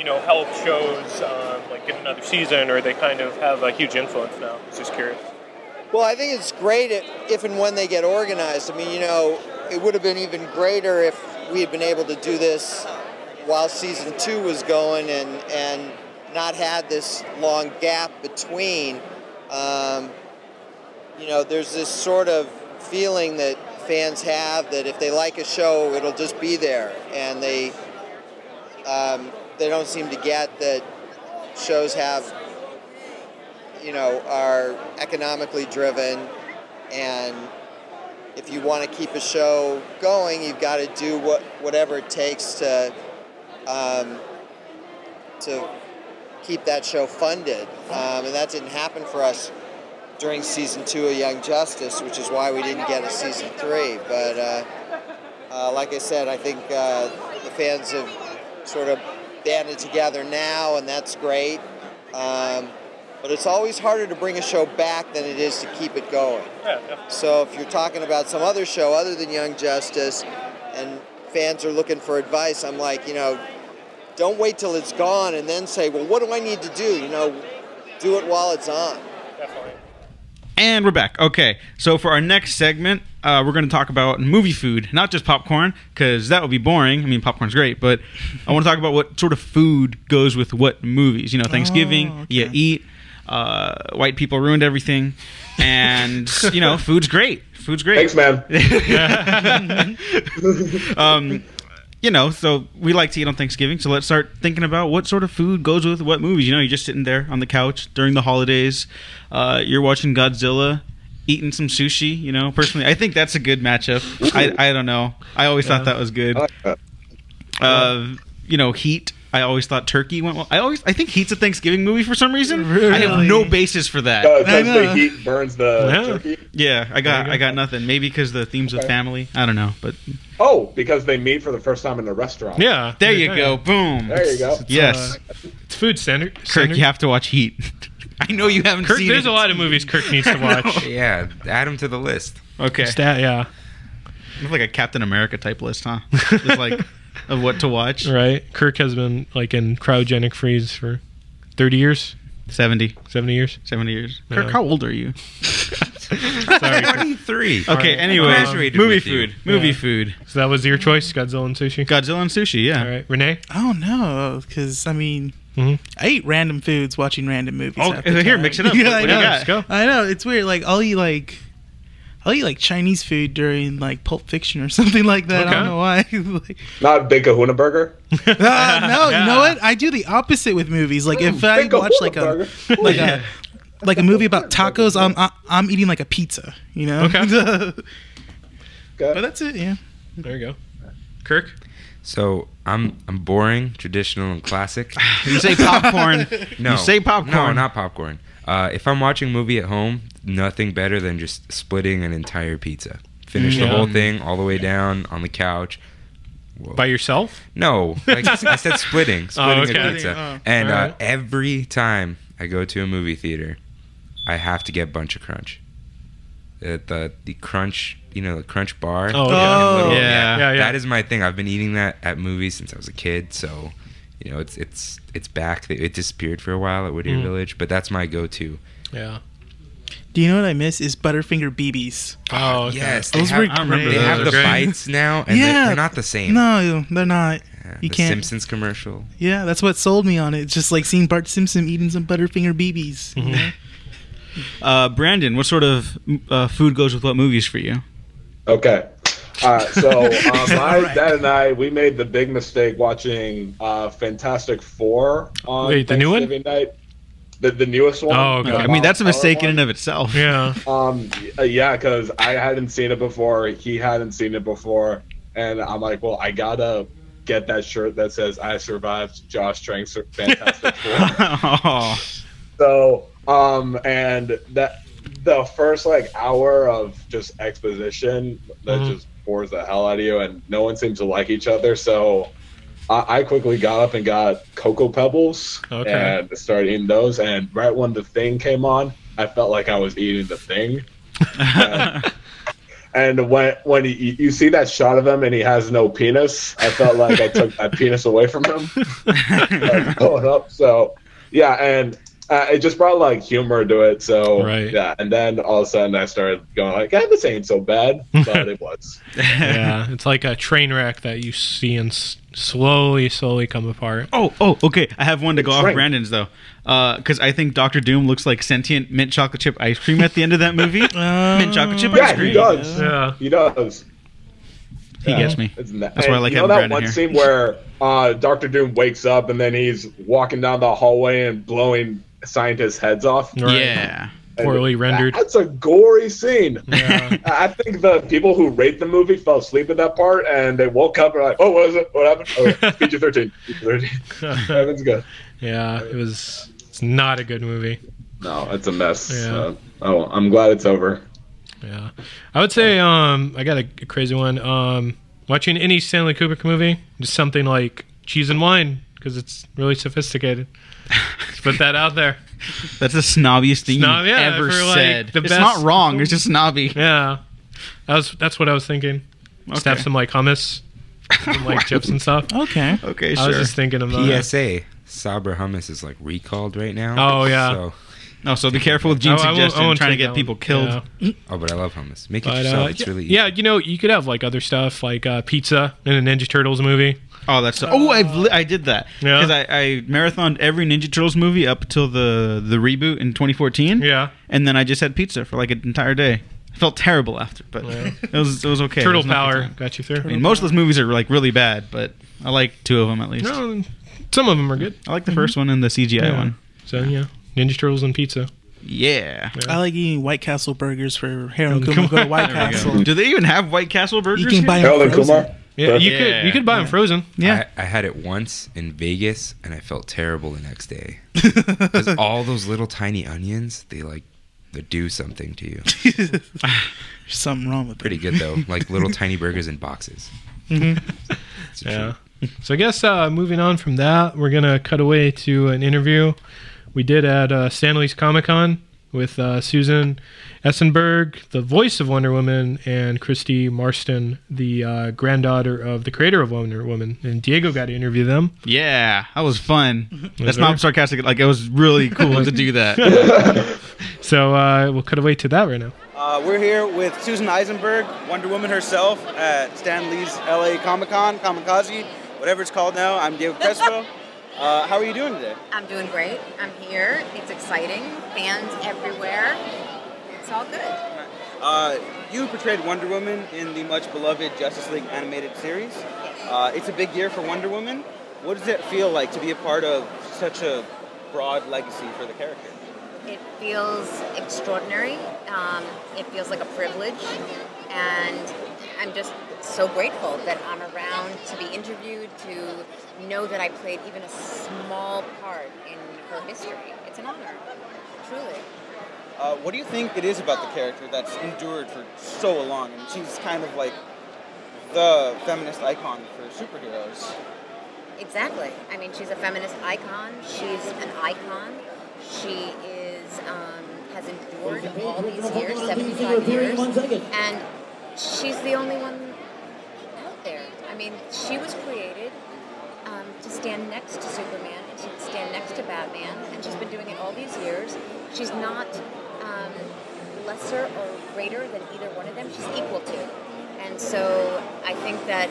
S7: you know help shows um, like get another season, or they kind of have a huge influence now? Just curious.
S6: Well, I think it's great if, if and when they get organized. I mean, you know, it would have been even greater if we had been able to do this while season two was going and and not had this long gap between. Um, you know, there's this sort of feeling that fans have that if they like a show, it'll just be there, and they um, they don't seem to get that shows have you know are economically driven, and if you want to keep a show going, you've got to do what whatever it takes to um, to keep that show funded, um, and that didn't happen for us during season two of Young Justice, which is why we didn't get a season three. But uh, uh, like I said, I think uh, the fans have sort of banded together now, and that's great. Um, but it's always harder to bring a show back than it is to keep it going. So if you're talking about some other show other than Young Justice, and fans are looking for advice, I'm like, you know, don't wait till it's gone and then say, well, what do I need to do? You know, do it while it's on.
S1: And we're back. Okay, so for our next segment, uh, we're going to talk about movie food, not just popcorn, because that would be boring. I mean, popcorn's great, but I want to talk about what sort of food goes with what movies. You know, Thanksgiving, you eat. Uh, white people ruined everything, and you know, food's great. Food's great.
S5: Thanks, man.
S1: Um, you know, so we like to eat on Thanksgiving. So let's start thinking about what sort of food goes with what movies. You know, you're just sitting there on the couch during the holidays. Uh, you're watching Godzilla, eating some sushi. You know, personally, I think that's a good matchup. I, I don't know. I always thought that was good.
S5: that.
S1: Uh, you know, Heat. I always thought turkey went well. I always I think Heat's a Thanksgiving movie for some reason. I have
S4: Really?
S1: no basis for that.
S5: Uh, 'cause
S4: know.
S5: the heat burns the
S2: Yeah.
S5: turkey.
S1: yeah, I got
S2: go.
S1: I got nothing. Maybe because the themes of family. I don't know, but
S5: Oh, because they meet for the first time in a restaurant.
S2: Yeah.
S1: there you go. Boom.
S5: There you go.
S1: Yes,
S2: It's uh, food standard.
S1: Kirk,
S2: standard.
S1: you have to watch Heat. I know you haven't
S2: Kirk,
S1: seen
S2: there's
S1: it.
S2: a lot of movies Kirk needs to watch.
S3: Yeah, add them to the list.
S1: Okay.
S2: Stat, yeah.
S1: It's like a Captain America type list, huh? Just like of what to watch.
S2: Right. Kirk has been like in cryogenic freeze for 30 years,
S1: 70,
S2: 70 years.
S1: 70 years.
S2: Yeah.
S1: Kirk, how old are you?
S2: Sorry. Kirk.
S3: Twenty-three.
S1: Okay, anyway,
S3: Graduated
S1: Uh, movie
S3: with you.
S1: food. Movie
S2: Yeah.
S1: food.
S2: So that was your choice, Godzilla and sushi.
S1: Godzilla and sushi, yeah.
S2: All right, Renee.
S4: I don't know, because I mean,
S2: Mhm.
S4: I eat random foods watching random movies.
S1: Mm-hmm. Oh,
S4: half the
S1: here,
S4: time.
S1: mix it up.
S4: Yeah,
S1: What
S4: I
S1: do you
S4: know.
S1: got?
S2: let's go.
S4: I know it's weird. Like I'll eat like I'll eat like Chinese food during like Pulp Fiction or something like that. I
S2: Okay.
S4: don't know why. like,
S5: Not Big Kahuna Burger.
S4: ah, no, you know what? I do the opposite with movies. Like if I
S5: Big Kahuna
S4: watch like a
S5: Burger.
S4: like a like a movie about tacos, I'm I- I'm eating like a pizza. You know.
S2: Okay.
S4: but
S5: Okay.
S4: that's it. Yeah.
S2: There you go. Kirk.
S3: So I'm I'm boring, traditional, and classic.
S1: You say popcorn.
S3: No,
S1: You say popcorn.
S3: No, not popcorn. Uh, if I'm watching a movie at home, nothing better than just splitting an entire pizza. Finish the
S2: Yeah.
S3: whole thing all the way down on the couch. Whoa.
S2: By yourself?
S3: No, like I said, splitting, splitting
S2: okay.
S3: a pizza.
S4: Oh.
S3: And
S2: All
S3: uh,
S2: right.
S3: every time I go to a movie theater, I have to get bunch of crunch. Uh, the the crunch, you know, the crunch bar.
S2: Oh,
S4: yeah.
S3: Little-
S4: Oh.
S1: Yeah.
S2: Yeah, yeah.
S3: That is my thing. I've been eating that at movies since I was a kid. So, you know, it's it's it's back. It disappeared for a while at Whittier
S2: Mm.
S3: Village, but that's my go-to.
S2: Yeah.
S4: Do you know what I miss is Butterfinger BBs.
S2: Oh, okay.
S3: Yes,
S4: Those
S3: they
S4: were
S3: have,
S1: I remember
S3: they
S1: those.
S3: have
S1: Those
S3: the
S1: are great.
S3: bites now, and they're,
S4: Yeah.
S3: they're not the same.
S4: No, they're not.
S3: Yeah,
S4: you
S3: the
S4: can't-
S3: Simpsons commercial.
S4: Yeah, that's what sold me on it. It's just like seeing Bart Simpson eating some Butterfinger BBs.
S3: Mm-hmm.
S4: you know?
S1: Uh, Brandon, what sort of uh, food goes with what movies for you?
S5: Okay. All right. So uh, my
S4: All right.
S5: dad and I we made the big mistake watching uh, Fantastic Four on
S2: Wait, the new one?
S5: Thanksgiving night. The, the newest one.
S2: Oh, okay.
S5: The
S1: I mean, that's a
S5: Bob
S1: mistake
S5: Holler
S1: in
S5: one.
S1: and of itself.
S2: Yeah.
S5: Um, y- yeah, because I hadn't seen it before. He hadn't seen it before, and I'm like, well, I gotta get that shirt that says "I survived Josh Trank's Fantastic Four.
S1: oh,
S5: So, um, and that the first like hour of just exposition that
S2: Mhm.
S5: just bores the hell out of you, and no one seems to like each other. So, I, I quickly got up and got cocoa pebbles
S2: Okay.
S5: and started eating those. And right when the thing came on, I felt like I was eating the thing. And when when you, you see that shot of him and he has no penis, I felt like I took my penis away from him. Like, going up, so yeah, and uh, it just brought like humor to it. So
S2: Right.
S5: yeah, and then all of a sudden I started going like, "Yeah, this ain't so bad," but it was.
S2: yeah, it's like a train wreck that you see and s- slowly, slowly come apart.
S1: Oh, oh, okay. I have one to go
S5: That's
S1: off
S5: right.
S1: Brandon's though, because I think Doctor Doom looks like sentient mint chocolate chip ice cream at the end of that movie.
S2: Uh,
S1: mint chocolate chip
S5: Mm. Yeah,
S1: ice
S5: he
S1: cream.
S5: does.
S2: Yeah.
S5: He does.
S1: He gets me.
S5: It's na-
S1: That's why I
S5: and
S1: like
S5: you know that
S1: having Brandon
S5: one
S1: here.
S5: scene where uh, Doctor Doom wakes up and then he's walking down the hallway and blowing scientists' heads off.
S2: Right.
S1: Yeah.
S2: Poorly rendered.
S5: That's a gory scene.
S2: Yeah.
S5: I I think the people who rate the movie fell asleep at that part, and they woke up and were like, "Oh, what is it? What happened?" Oh, PG thirteen. PG thirteen. Everything's good.
S2: yeah, it was. It's not a good movie.
S5: No, it's a mess.
S2: Yeah.
S5: Uh, oh, I'm glad it's over.
S2: Yeah, I would say um, I got a, a crazy one. Um, watching any Stanley Kubrick movie, just something like Cheese and Wine, because it's really sophisticated. Let's put that out there.
S1: That's the snobbiest thing
S2: Snob-
S1: you've
S2: yeah,
S1: ever
S2: for, like,
S1: said.
S2: the
S1: it's
S2: best-
S1: not wrong. It's just snobby.
S2: Yeah, that was that's what I was thinking. Just have
S1: Okay.
S2: some like hummus, some, like chips and stuff.
S4: Okay.
S1: Okay,
S2: I was
S1: sure.
S2: just thinking uh, about that.
S3: PSA: Sabra hummus is like recalled right now.
S2: Oh, yeah.
S3: So,
S1: No, Oh, so be careful with
S2: I- I
S1: Gene's
S2: won't- Oh, I
S1: suggestion.
S2: won't
S1: trying to
S2: take that
S1: get
S2: one.
S1: people killed.
S2: Yeah.
S3: oh, but I love hummus. Make it
S2: But,
S3: yourself.
S2: uh,
S3: it's
S2: yeah,
S3: really easy.
S2: yeah, you know, you could have like other stuff like uh, pizza in a Ninja Turtles movie.
S1: Oh, that's oh, I've li- I did that
S2: Yeah.
S1: because I, I marathoned every Ninja Turtles movie up till the the reboot in 2014.
S2: Yeah.
S1: and then I just had pizza for like an entire day. I felt terrible after, but it was it was okay. It
S2: Turtle
S1: was not a good
S2: Power
S1: time.
S2: got you
S1: I
S2: through.
S1: mean, most of those movies are like really bad, but I like two of them at least. Mm-hmm.
S2: No, some of them are good.
S1: I like
S3: Mm-hmm.
S1: the first one and the CGI
S2: Yeah.
S1: one.
S2: So yeah, Ninja Turtles and pizza.
S1: Yeah.
S4: I like eating White Castle burgers for Harold and Kumar. Go to White Castle.
S1: Do they even have White Castle burgers?
S4: You can
S1: here?
S4: buy
S5: Harold
S4: them
S5: and
S4: frozen.
S5: Kumar.
S2: Yeah, you
S1: Yeah.
S2: could you could buy them frozen.
S1: Yeah.
S3: I, I had it once in Vegas, and I felt terrible the next day because all those little tiny onions, they like they do something to you.
S4: There's something wrong with
S3: Pretty
S4: it.
S3: good though, like little tiny burgers in boxes. It's a treat.
S2: Yeah. So I guess uh, moving on from that, we're gonna cut away to an interview we did at uh, Stanley's Comic Con with uh, Susan Essenberg, the voice of Wonder Woman, and Christy Marston, the uh, granddaughter of the creator of Wonder Woman. And Diego got to interview them. Mm-hmm.
S1: Yeah. That was fun. That's
S2: better?
S1: not sarcastic. Like, it was really cool to do that.
S2: So uh, we'll cut away to that right now.
S8: Uh, we're here with Susan Eisenberg, Wonder Woman herself, at Stan Lee's LA Comic Con, Kamikaze, whatever it's called now. I'm Diego Crespo. uh, how are you doing today?
S9: I'm doing great. I'm here. It's exciting. Fans everywhere. It's all good.
S8: Uh, you portrayed Wonder Woman in the much beloved Justice League animated series. Uh, it's a big year for Wonder Woman. What does it feel like to be a part of such a broad legacy for the character?
S9: It feels extraordinary. Um, it feels like a privilege. And I'm just so grateful that I'm around to be interviewed, to know that I played even a small part in her history. It's an honor, truly.
S8: Uh, what do you think it is about the character that's endured for so long? And she's kind of like the feminist icon for superheroes.
S9: Exactly. I mean, she's a feminist icon. She's an icon. She is um, has endured all these years, seventy-five years, and she's the only one out there. I mean, she was created um, to stand next to Superman, and she would stand next to Batman, and she's been doing it all these years. She's not um, lesser or greater than either one of them. She's equal to. And so I think that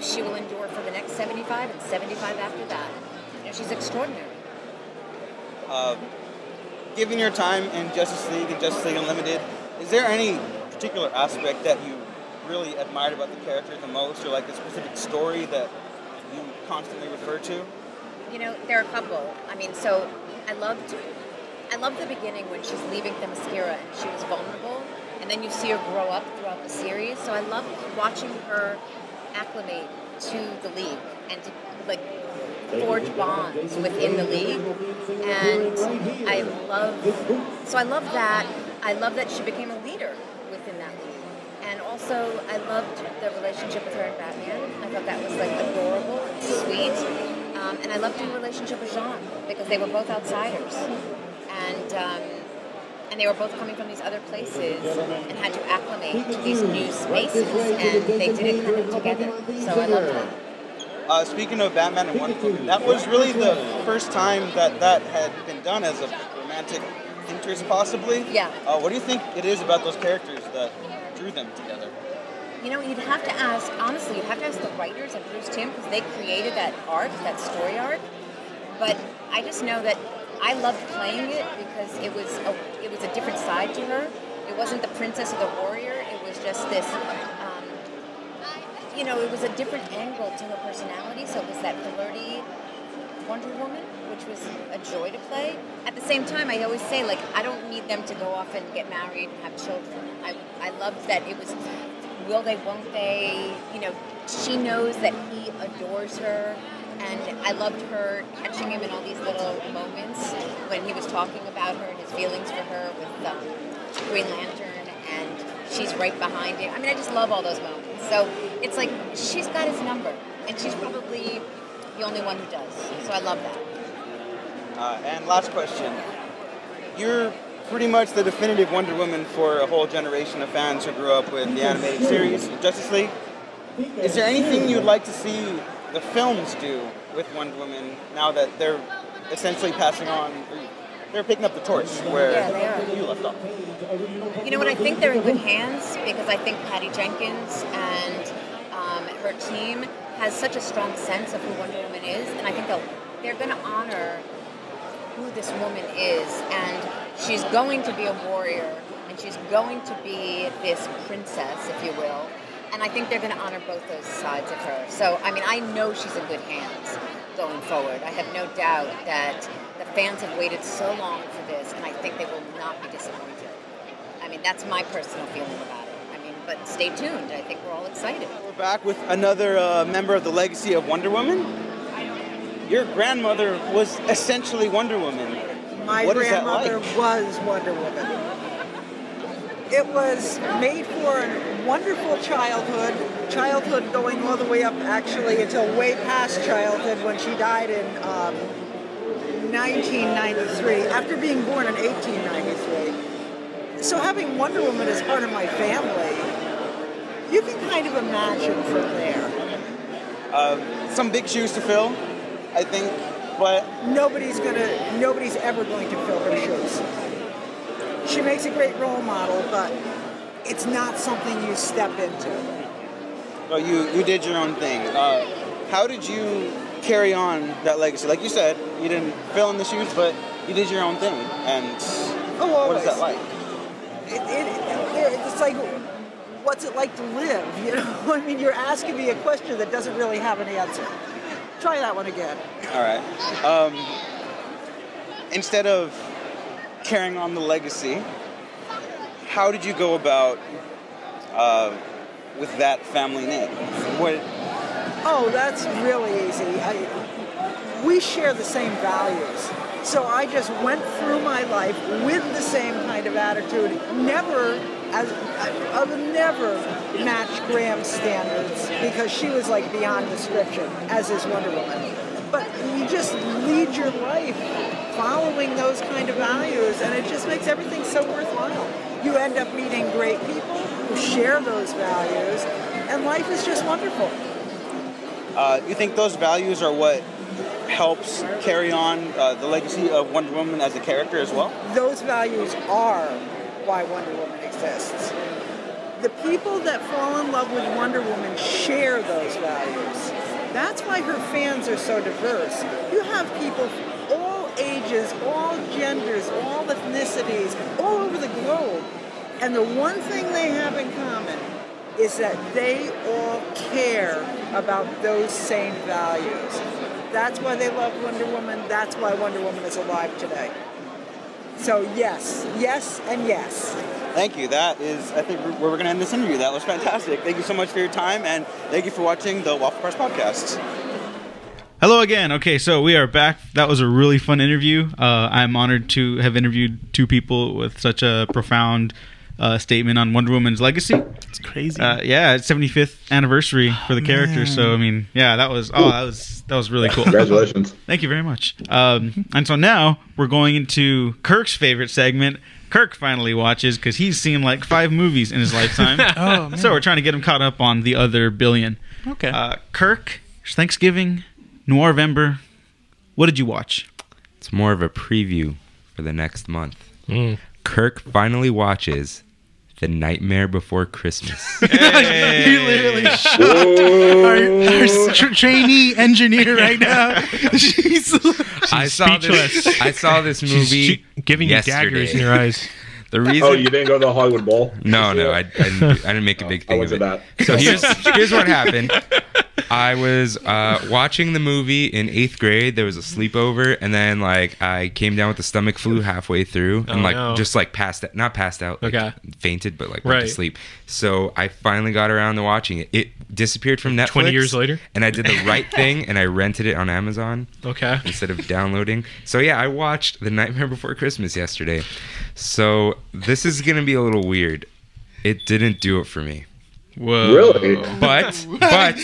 S9: she will endure for the next 75 and 75 after that. You know, she's extraordinary.
S8: Um, given your time in Justice League and Justice League Unlimited, is there any particular aspect that you really admired about the character the most, or like a specific story that you constantly refer to?
S9: You know, there are a couple. I mean, so I loved, I loved the beginning when she's leaving Themyscira and she was vulnerable, and then you see her grow up throughout the series. So I loved watching her acclimate to the league and to like forge bonds within the league. And I love, so I love that. I love that she became a leader within that league, and also also I loved the relationship with her and Batman. I thought that was like adorable and sweet. Um, and I loved her relationship with Jean because they were both outsiders, and um, and they were both coming from these other places and had to acclimate to these new spaces, and they did it kind of together. So I loved that.
S8: Uh, speaking of Batman and Wonder Woman, that was really the first time that that had been done as a romantic interest, possibly.
S9: Yeah.
S8: Uh, what do you think it is about those characters that drew them together?
S9: You know, you'd have to ask, honestly, you'd have to ask the writers and Bruce Tim because they created that arc, that story arc. But I just know that I loved playing it because it was a, it was a different side to her. It wasn't the princess or the warrior. It was just this, um, you know, it was a different angle to her personality. So it was that flirty Wonder Woman, which was a joy to play. At the same time, I always say, like, I don't need them to go off and get married and have children. I, I loved that it was will they, won't they, you know, she knows that he adores her. And I loved her catching him in all these little moments when he was talking about her and his feelings for her with um, Green Lantern, and she's right behind him. I mean, I just love all those moments. So it's like she's got his number, and she's probably the only one who does. So I love that.
S8: Uh, and last question. You're pretty much the definitive Wonder Woman for a whole generation of fans who grew up with the animated series Justice League. Is there anything you'd like to see the films do with Wonder Woman now that they're essentially passing on, or they're picking up the torch where
S9: Yeah, they are.
S8: you left off?
S9: You know what? I think they're in good hands because I think Patty Jenkins and um, her team has such a strong sense of who Wonder Woman is, and I think they'll, they're going to honor who this woman is, and she's going to be a warrior, and she's going to be this princess, if you will. And I think they're going to honor both those sides of her. So, I mean, I know she's in good hands going forward. I have no doubt that the fans have waited so long for this, and I think they will not be disappointed. I mean, that's my personal feeling about it. I mean, but stay tuned. I think we're all excited.
S8: We're back with another uh, member of the legacy of Wonder Woman. Your grandmother was essentially Wonder Woman.
S10: My
S8: What is that
S10: grandmother
S8: like?
S10: was Wonder Woman. It was made for a wonderful childhood, childhood going all the way up actually until way past childhood when she died in um, 1993, after being born in 1893. So having Wonder Woman as part of my family, you can kind of imagine from there.
S8: Um, Some big shoes to fill, I think, but
S10: Nobody's gonna, nobody's ever going to fill her shoes. She makes a great role model, but it's not something you step into.
S8: Well, you, you did your own thing. Uh, how did you carry on that legacy? Like you said, you didn't fill in the shoes, but you did your own thing. And
S10: Oh,
S8: what
S10: always.
S8: is that like?
S10: It, it, it's like, what's it like to live? You know, I mean, you're asking me a question that doesn't really have an answer. Try that one again.
S8: All right. Um, instead of carrying on the legacy, how did you go about uh, with that family name? What?
S10: Oh, that's really easy. I, we share the same values. So I just went through my life with the same kind of attitude. Never, as I, I would never match Graham's standards because she was like beyond description, as is Wonder Woman. But you just lead your life following those kind of values, and it just makes everything so worthwhile. You end up meeting great people who share those values, and life is just wonderful.
S8: Uh, you think those values are what helps carry on uh, the legacy of Wonder Woman as a character as well?
S10: those values are why Wonder Woman exists. The people that fall in love with Wonder Woman share those values. That's why her fans are so diverse. You have people from all ages, all genders, all ethnicities, all over the globe. And the one thing they have in common is that they all care about those same values. That's why they love Wonder Woman. That's why Wonder Woman is alive today. So yes, yes, and yes.
S8: Thank you. That is, I think, where we're going to end this interview. That was fantastic. Thank you so much for your time, and thank you for watching the Waffle Press podcast.
S1: Hello again. Okay, so we are back. That was a really fun interview. Uh, I'm honored to have interviewed two people with such a profound uh, statement on Wonder Woman's legacy.
S4: It's crazy.
S1: Uh, yeah, it's 75th anniversary for the character. So I mean, yeah, that was oh, that was that was really cool.
S5: Congratulations.
S1: Thank you very much. Um, and so now we're going into Kirk's favorite segment. Kirk finally watches because he's seen like five movies in his lifetime.
S4: Oh, man.
S1: So we're trying to get him caught up on the other billion.
S4: okay.
S1: Uh, Kirk, it's Thanksgiving, Noirvember. What did you watch?
S3: It's more of a preview for the next month.
S5: Mm.
S3: Kirk finally watches The Nightmare Before Christmas.
S4: you literally shot our, our tr- trainee engineer right now. She's
S3: I saw
S2: speechless.
S3: this. I saw this
S2: She's
S3: movie.
S2: shoot- giving
S3: yesterday.
S2: you daggers in your eyes.
S3: The reason.
S5: Oh, you didn't go to the Hollywood Bowl?
S3: No, no, I, I, didn't, do- I didn't make a big
S5: I
S3: thing of it.
S5: wasn't that.
S3: So here's here's what happened. I was uh, watching the movie in eighth grade. There was a sleepover, and then like I came down with the stomach flu halfway through, and
S2: Oh,
S3: like
S2: no.
S3: just like passed out, not passed out, like,
S2: Okay.
S3: fainted, but like went
S2: Right.
S3: to sleep. So I finally got around to watching it. It disappeared from Netflix
S2: 20 years later?
S3: and I did the right thing, and I rented it on Amazon
S2: Okay.
S3: instead of downloading. So yeah, I watched The Nightmare Before Christmas yesterday. So this is gonna be a little weird. It didn't do it for me.
S1: Whoa.
S5: Really?
S3: But but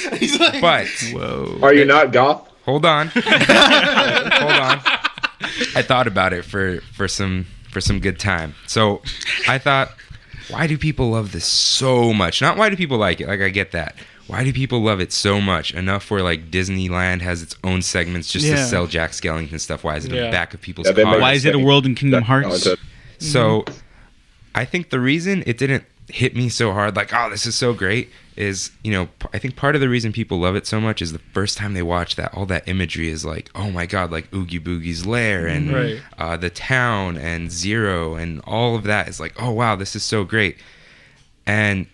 S3: but
S1: Whoa.
S5: Are you not goth?
S3: hold on. hold on. I thought about it for for some for some good time. So I thought, why do people love this so much? Not why do people like it? Like I get that. Why do people love it so much? Enough where like Disneyland has its own segments just to
S4: Yeah.
S3: sell Jack Skellington stuff. Why is it in
S2: Yeah.
S3: the back of people's
S5: Yeah, they
S3: cars?
S5: might-
S1: Why is it a world in Kingdom Hearts?
S5: No, it's
S3: So I think the reason it didn't hit me so hard, like, oh, this is so great, is, you know, p- I think part of the reason people love it so much is the first time they watch that, all that imagery is like, oh my God, like Oogie Boogie's Lair and
S2: Right.
S3: uh, the town and Zero and all of that is like, oh wow, this is so great. And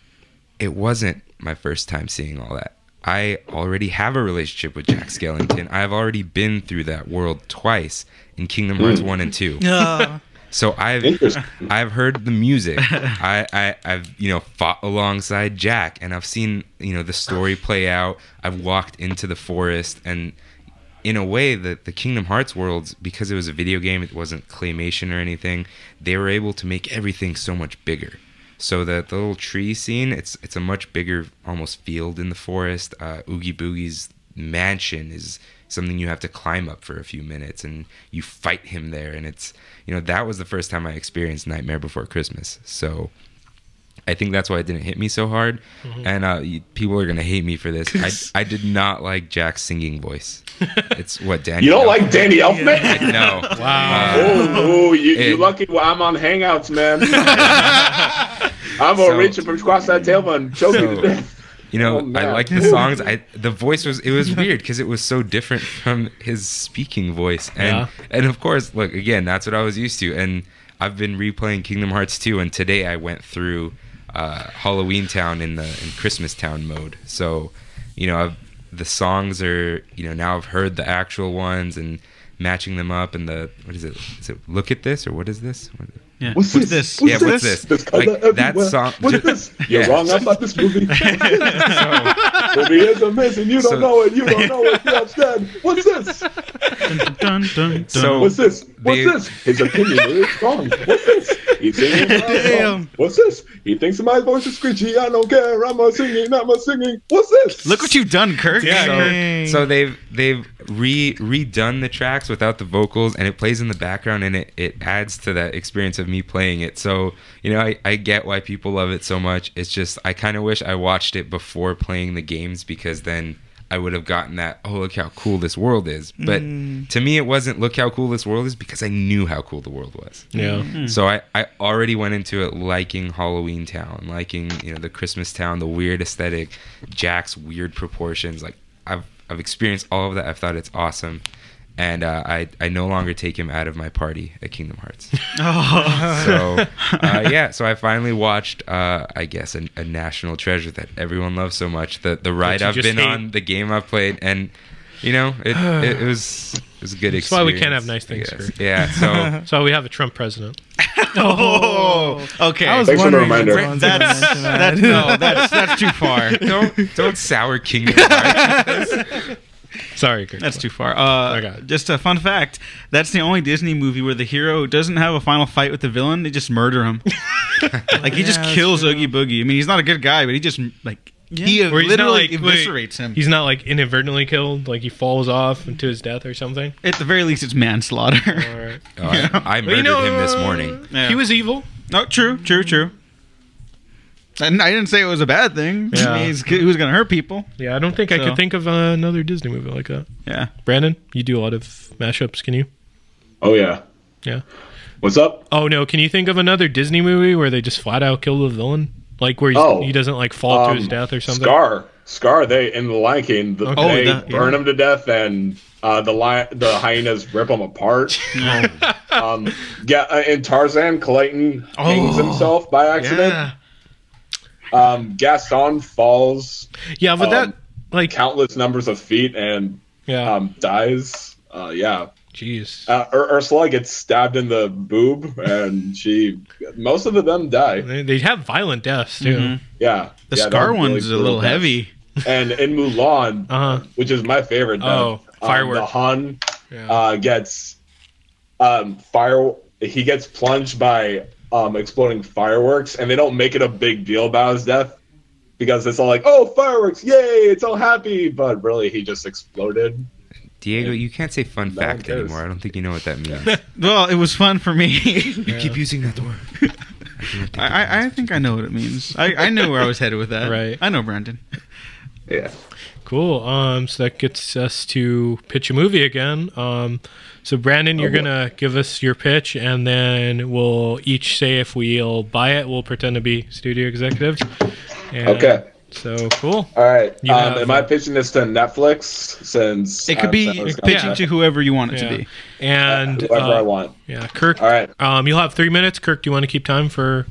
S3: it wasn't my first time seeing all that. I already have a relationship with Jack Skellington. I've already been through that world twice in Kingdom Hearts 1 and 2.
S4: uh,
S3: So I've
S5: Interesting.
S3: I've heard the music. I, I I've you know fought alongside Jack, and I've seen you know the story play out. I've walked into the forest, and in a way, the the Kingdom Hearts worlds because it was a video game, it wasn't claymation or anything. They were able to make everything so much bigger. So the, the little tree scene, it's it's a much bigger almost field in the forest. Uh, Oogie Boogie's mansion is something you have to climb up for a few minutes, and you fight him there. And it's you know that was the first time I experienced Nightmare Before Christmas. So I think that's why it didn't hit me so hard. And uh, you, people are gonna hate me for this. I, I did not like Jack's singing voice. It's what Danny.
S5: You don't like Danny Elfman?
S3: No. Uh, Wow.
S5: Oh, oh, you, you
S3: It-
S5: lucky well, I'm on Hangouts, man. I'm gonna
S3: So-
S5: reach up across that table and choke you to
S3: So-
S5: death.
S3: You know,
S5: Oh, man.
S3: I like the songs. I the voice was it was weird because it was so different from his speaking voice, and
S2: Yeah.
S3: and of course, look again, that's what I was used to, and I've been replaying Kingdom Hearts 2, and today I went through uh, Halloween Town in the in Christmas Town mode. So, you know, I've, the songs are you know now I've heard the actual ones and matching them up, and the what is it? Is it Look at this or what is this? What-
S1: Yeah.
S5: What's
S1: What's
S5: this?
S1: this?
S5: What's
S3: yeah, what's this?
S5: This color
S3: Like that
S5: everywhere.
S3: song.
S5: What's this? You're
S3: Yeah.
S5: wrong about this movie.
S3: So-
S5: movie is amazing. You don't
S3: So-
S5: know it. You don't know it. You're upset. What's this?
S1: Dun, dun, dun, dun, dun.
S3: So-
S5: What's this? What's
S3: They-
S5: this? His opinion is wrong. What's this? He's singing. Damn. What's this? He thinks my voice is screechy. I don't care. I'm a singing. I'm a singing. What's this?
S1: look what you've done, Kirk.
S3: So, so they've they've re redone the tracks without the vocals, and it plays in the background, and it, it adds to that experience of me playing it. So you know, I, I get why people love it so much. It's just I kind of wish I watched it before playing the games because then I would have gotten that. Oh, look how cool this world is! But to me, it wasn't. Look how cool this world is because I knew how cool the world was.
S2: Yeah.
S3: So I, I already went into it liking Halloween Town, liking you know the Christmas Town, the weird aesthetic, Jack's weird proportions. Like I've I've experienced all of that. I've thought it's awesome, and uh, I I no longer take him out of my party at Kingdom Hearts. so
S2: Oh.
S3: uh, yeah, so I finally watched uh, I guess a, a national treasure that everyone loves so much. The the ride
S2: you
S3: I've
S2: just
S3: been
S2: hate.
S3: on, the game I've played, and you know it it, it was. It was a good
S2: That's why we
S3: experience.
S2: can't have nice
S3: I
S2: things,
S3: guess.
S2: Kurt.
S3: Yeah, so
S2: So we have a Trump president.
S1: Oh, okay.
S4: I was
S5: Thanks for the
S4: wondering.
S5: reminder.
S4: what one's gonna
S1: that's,
S4: mention that.
S1: that's no, that's that's too far.
S3: don't don't sour Kingdom Hearts.
S2: Sorry, Kirk.
S1: That's too far. Uh,
S2: Okay.
S1: Just a fun fact: that's the only Disney movie where the hero doesn't have a final fight with the villain; they just murder him. like he just
S4: Yeah, that's
S1: kills
S4: true.
S1: Oogie Boogie. I mean, he's not a good guy, but he just like he
S2: Where he's not,
S1: literally
S2: like- wait,
S1: eviscerates him.
S2: He's not like inadvertently killed, like he falls off into his death or something.
S1: At the very least, it's manslaughter.
S2: Or
S3: Oh, I- I, murdered him
S2: uh,
S3: this morning.
S1: Yeah.
S2: He was evil.
S1: No, true, true, true. And I didn't say it was a bad thing. I
S2: Yeah.
S1: mean, he's, he was going to hurt people.
S2: Yeah, I don't think I
S1: So-
S2: could think of uh, another Disney movie like that.
S1: Yeah.
S2: Brandon, you do a lot of mashups, can you?
S5: Oh yeah.
S2: Yeah.
S5: What's up?
S2: Oh no, can you think of another Disney movie where they just flat out kill the villain? Like where he's,
S5: Oh.
S2: he doesn't like fall to his
S5: Um,
S2: death or something?
S5: Scar. Scar. They in the Lion King. The,
S2: Okay.
S5: They
S1: Oh, that-
S5: burn him to death, and uh, the lion, the hyenas rip him apart. um, yeah, uh, in Tarzan, Clayton
S2: Oh.
S5: hangs himself by accident. Um, Gaston falls
S2: Yeah, but
S5: Um,
S2: that like
S5: countless numbers of feet and
S2: yeah.
S5: um, dies. Uh, yeah,
S2: Jeez.
S5: uh, Ur- Ursula gets stabbed in the boob, and she. Most of them die.
S2: they, they have violent deaths too.
S1: Mhm.
S5: Yeah,
S1: The
S5: yeah,
S1: Scar
S5: they're really
S1: one's a
S5: brutal
S1: little
S5: deaths.
S1: heavy.
S5: And in Mulan,
S2: Uh-huh.
S5: which is my favorite.
S2: Oh,
S5: death,
S2: firework.
S5: Um, the Hun
S2: Yeah.
S5: uh, gets um, fire. He gets plunged by um, exploding fireworks, and they don't make it a big deal about his death because it's all like, "Oh, fireworks! Yay! It's all happy!" But really, he just exploded.
S3: Diego, you can't say fun
S5: No one
S3: fact
S5: cares.
S3: anymore. I don't think you know what that means.
S1: Well, it was fun for me.
S3: you keep using that word.
S1: I, I, I think I know what it means. I, I knew where I was headed with that.
S2: Right.
S1: I know Brandon.
S5: Yeah.
S2: Cool. Um, so that gets us to pitch a movie again. Um, so Brandon, you're
S5: boy.
S2: gonna give us your pitch, and then we'll each say if we'll buy it. We'll pretend to be studio executives. And
S5: Okay.
S2: So cool.
S5: All right.
S2: You
S5: Um,
S2: have-
S5: am I pitching this to Netflix? Since
S1: It could
S5: I'm
S1: be
S5: Netflix
S1: pitching
S5: contract?
S1: to whoever you want it to
S2: Yeah.
S1: be.
S2: And
S5: whoever I
S2: uh,
S5: want.
S2: yeah, Kirk.
S5: All right.
S2: Um, you'll have three minutes. Kirk, do you want to keep time for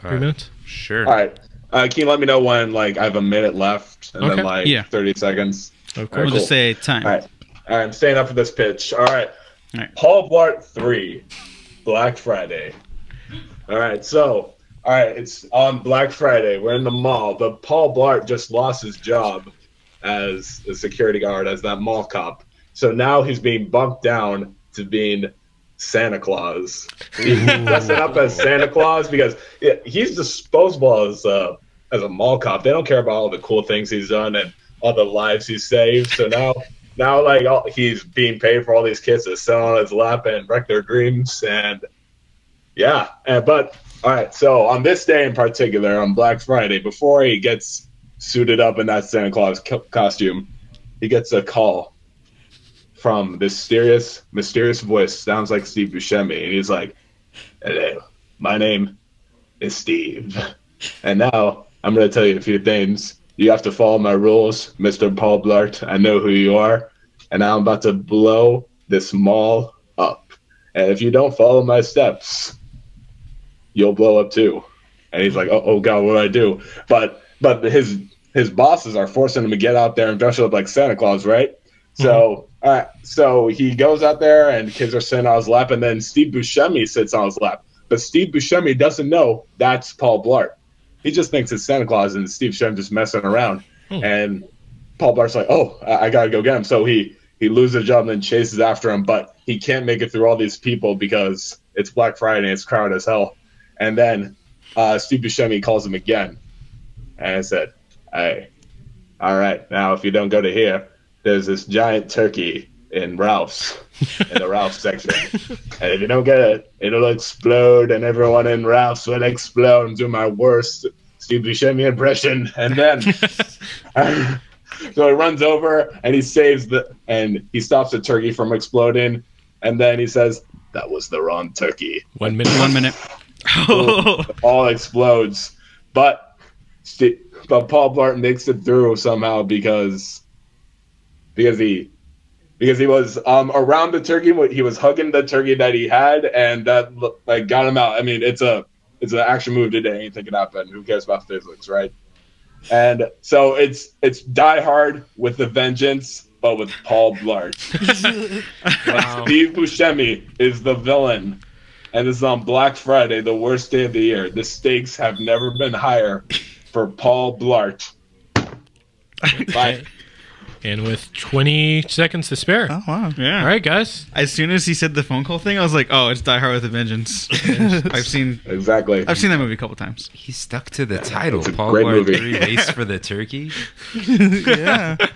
S2: three minutes?
S3: Sure.
S5: All right. Uh, can you let me know when like I have a minute left and
S2: Okay.
S5: then like
S1: Yeah.
S5: 30 seconds?
S2: Of
S5: All
S1: We'll
S5: right,
S2: course.
S1: just
S5: cool.
S1: say time.
S5: All right. All right. I'm staying up for this pitch. All right.
S1: All right.
S5: Paul Blart 3, Black Friday. All right. So, all right. It's on Black Friday. We're in the mall, but Paul Blart just lost his job as a security guard, as that mall cop. So now he's being bumped down to being Santa Claus. He's dressing up as Santa Claus because yeah, he's disposable as a, as a mall cop. They don't care about all the cool things he's done and all the lives he's saved. So now, now like all, he's being paid for all these kids to sit on his lap and wreck their dreams. And yeah, and, but all right. So on this day in particular, on Black Friday, before he gets suited up in that Santa Claus co- costume, he gets a call from this mysterious, mysterious voice. Sounds like Steve Buscemi, and he's like, "Hello, my name is Steve, and now I'm going to tell you a few things. You have to follow my rules, Mister Paul Blart. I know who you are, and now I'm about to blow this mall up. And if you don't follow my steps, you'll blow up too." And he's like, "Oh, oh God, what do I do?" But but his his bosses are forcing him to get out there and dress up like Santa Claus, right? So, all right, so he goes out there and kids are sitting on his lap, and then Steve Buscemi sits on his lap. But Steve Buscemi doesn't know that's Paul Blart. He just thinks it's Santa Claus, and Steve Buscemi just messing around. And Paul Bart's like, "Oh, I, I gotta go get him." So he he loses a job and then chases after him, but he can't make it through all these people because it's Black Friday and it's crowded as hell. And then uh, Steve Buscemi calls him again, and I said, "Hey, all right, now if you don't go to here, there's this giant turkey in Ralph's." in the Ralph's section. And if you don't get it, it'll explode, and everyone in Ralph's will explode and do my worst Steve Buscemi impression. And then so he runs over and he saves the and he stops the turkey from exploding and then he says that was the wrong turkey
S2: One minute.
S1: One minute. Oh,
S5: all explodes but Sti- but paul blart makes it through somehow because because he because he was um around the turkey wh- he was hugging the turkey that he had and that lo- like got him out i mean it's a it's an action movie today anything can happen who cares about physics right and so it's it's die hard with the vengeance but with paul blart
S2: Wow.
S5: Steve Buscemi is the villain, and it's on Black Friday, the worst day of the year. The stakes have never been higher for Paul Blart. Bye.
S2: And with 20 seconds to spare.
S4: Oh wow.
S1: Yeah.
S2: All right, guys.
S1: As soon as he said the phone call thing, I was like, "Oh, it's Die Hard with a Vengeance." I've seen
S5: Exactly.
S1: I've seen that movie a couple times.
S3: He stuck to the title.
S5: it's a
S3: Paul
S5: great
S3: Blart
S5: movie.
S3: Three Race for the Turkey.
S4: yeah.
S2: That's-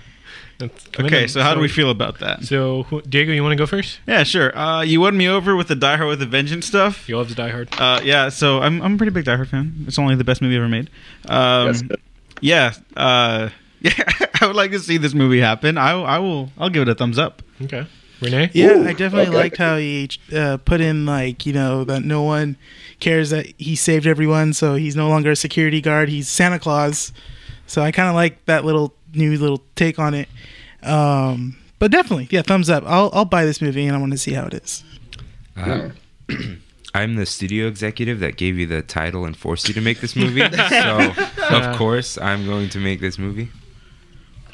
S2: come in
S1: Okay,
S2: and-
S1: so how do we feel about that?
S2: So, who- Diego, you want to go first?
S1: Yeah, sure. Uh, you won me over with the Die Hard with a Vengeance stuff.
S2: He loves Die Hard.
S1: Uh, yeah, so I'm I'm a pretty big Die Hard fan. It's only the best movie ever made. Um,
S5: Yes.
S1: Yeah, uh, yeah. I would like to see this movie happen. I I will. I'll give it a thumbs up.
S2: Okay. Renee?
S4: Yeah,
S5: Ooh,
S4: I definitely
S5: okay.
S4: liked how he uh, put in like you know that no one cares that he saved everyone, so he's no longer a security guard. He's Santa Claus. So I kind of like that little new little take on it. Um, but definitely, yeah, thumbs up. I'll I'll buy this movie and I want to see how it is.
S5: Uh-huh.
S3: Uh, I'm the studio executive that gave you the title and forced you to make this movie. so, of course, I'm going to make this movie.